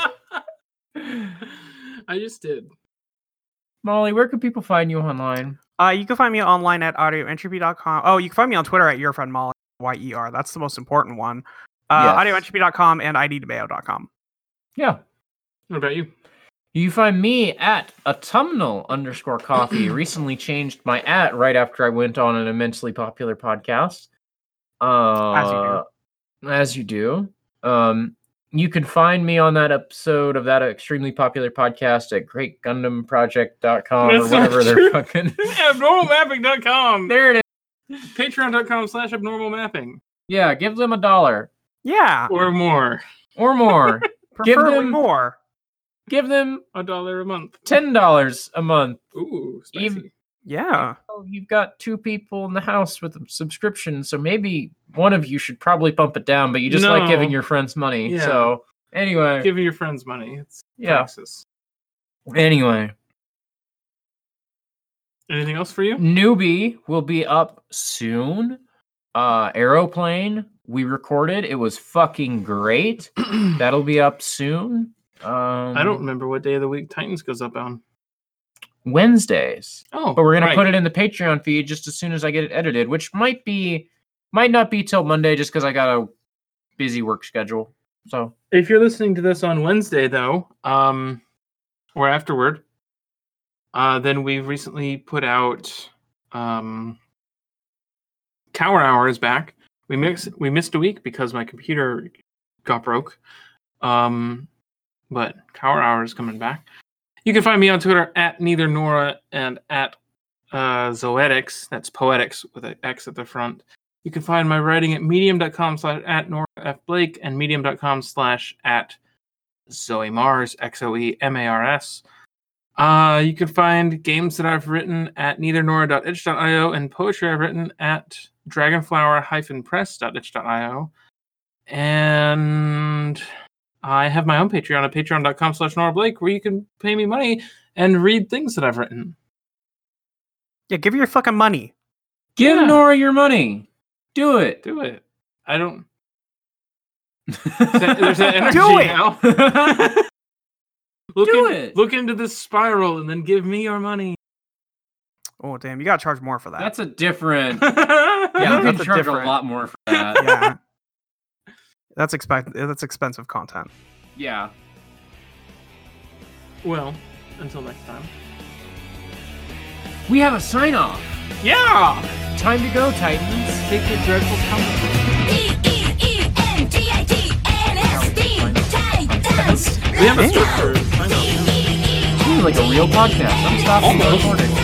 [SPEAKER 2] I just did.
[SPEAKER 1] Molly. Where can people find you online?
[SPEAKER 3] Uh, you can find me online at audioentropy.com. Oh, you can find me on Twitter at your friend Molly Y E R. That's the most important one. Uh,
[SPEAKER 1] Yes.
[SPEAKER 3] Audioentropy.com and idmayo.com.
[SPEAKER 1] Yeah,
[SPEAKER 2] What
[SPEAKER 1] [laughs]
[SPEAKER 2] about you?
[SPEAKER 1] You find me at autumnal underscore coffee.
[SPEAKER 2] [clears throat]
[SPEAKER 1] Recently changed my at right after I went on an immensely popular podcast. Uh, as you do. Um, you can find me on that episode of that extremely popular podcast at greatgundamproject.com or
[SPEAKER 2] That's not
[SPEAKER 1] whatever they're [laughs]
[SPEAKER 2] true.
[SPEAKER 1] fucking.
[SPEAKER 2] abnormalmapping.com.
[SPEAKER 1] there it is.
[SPEAKER 2] Patreon.com slash abnormalmapping.
[SPEAKER 1] Yeah, give them a dollar Ah.
[SPEAKER 3] Yeah.
[SPEAKER 2] Or more.
[SPEAKER 1] or
[SPEAKER 2] [laughs]
[SPEAKER 1] more. Give
[SPEAKER 3] Preferably
[SPEAKER 1] them-
[SPEAKER 3] more.
[SPEAKER 1] give them
[SPEAKER 2] A dollar a month.
[SPEAKER 1] $10 a month.
[SPEAKER 2] Ooh, spicy.
[SPEAKER 1] Even-
[SPEAKER 3] Yeah.
[SPEAKER 1] Oh, you've got two people in the house with a subscription, so maybe one of you should probably bump it down, but you just like giving
[SPEAKER 2] No.
[SPEAKER 1] your friends money.
[SPEAKER 2] Yeah.
[SPEAKER 1] So anyway,
[SPEAKER 2] Giving your friends money. It's
[SPEAKER 1] yeah.
[SPEAKER 2] Texas.
[SPEAKER 1] Anyway,
[SPEAKER 2] Anything else for
[SPEAKER 1] [clears throat]
[SPEAKER 2] you?
[SPEAKER 1] newbie will be up soon. Uh, aeroplane we recorded. It was fucking great.
[SPEAKER 2] I
[SPEAKER 1] That'll be up soon. Um,
[SPEAKER 2] don't remember what day of the week Titans goes up on.
[SPEAKER 1] Wednesdays,
[SPEAKER 2] Oh,
[SPEAKER 1] but we're gonna
[SPEAKER 2] right.
[SPEAKER 1] put it in the Patreon feed just as soon as I get it edited, which might be might not be till Monday, just because I got a busy work schedule. So
[SPEAKER 2] If you're listening to this on Wednesday, though, um, or afterward, uh, then we've recently put out um, Tower Hour is back. We mix we missed a week because my computer got broke, um, but Tower Hour is coming back. You can find me on Twitter at neither Nora and at uh, Zoetics. That's poetics with an X at the front. You can find my writing at medium.com slash at Nora F. Blake and medium.com slash at Zoe Mars, X O E M A R S. Uh, you can find games that I've written at neithernora.itch.io and poetry I've written at dragonflower-press.itch.io. And I have my own Patreon at patreon.com slash Nora Blake where you can pay me money and read things that I've written.
[SPEAKER 3] Yeah. Give her your fucking money.
[SPEAKER 1] Give
[SPEAKER 2] Yeah.
[SPEAKER 1] Nora your money. Do it.
[SPEAKER 2] Do it. I don't. There's
[SPEAKER 1] [laughs]
[SPEAKER 2] that energy
[SPEAKER 3] Do it.
[SPEAKER 2] now. Look
[SPEAKER 1] Do
[SPEAKER 2] in-
[SPEAKER 1] it.
[SPEAKER 2] Look into this spiral and then give me your money.
[SPEAKER 3] Oh, damn. You got to charge more for that.
[SPEAKER 1] [laughs] That's a different. [laughs] Yeah, you
[SPEAKER 2] yeah,
[SPEAKER 1] can
[SPEAKER 3] That's a
[SPEAKER 1] charge
[SPEAKER 3] different-
[SPEAKER 1] a lot more for that.
[SPEAKER 3] [laughs] yeah. That's expect that's expensive content.
[SPEAKER 1] yeah.
[SPEAKER 2] Well, until next time.
[SPEAKER 1] We have a sign off.
[SPEAKER 2] Yeah!
[SPEAKER 1] Time to go, Titans.
[SPEAKER 2] Take your dreadful company.
[SPEAKER 4] Titans.
[SPEAKER 2] We have a
[SPEAKER 4] Let's go.
[SPEAKER 2] script for it. Find out.
[SPEAKER 1] This is like a real podcast. I'm stopping the
[SPEAKER 2] Almost.
[SPEAKER 1] recording.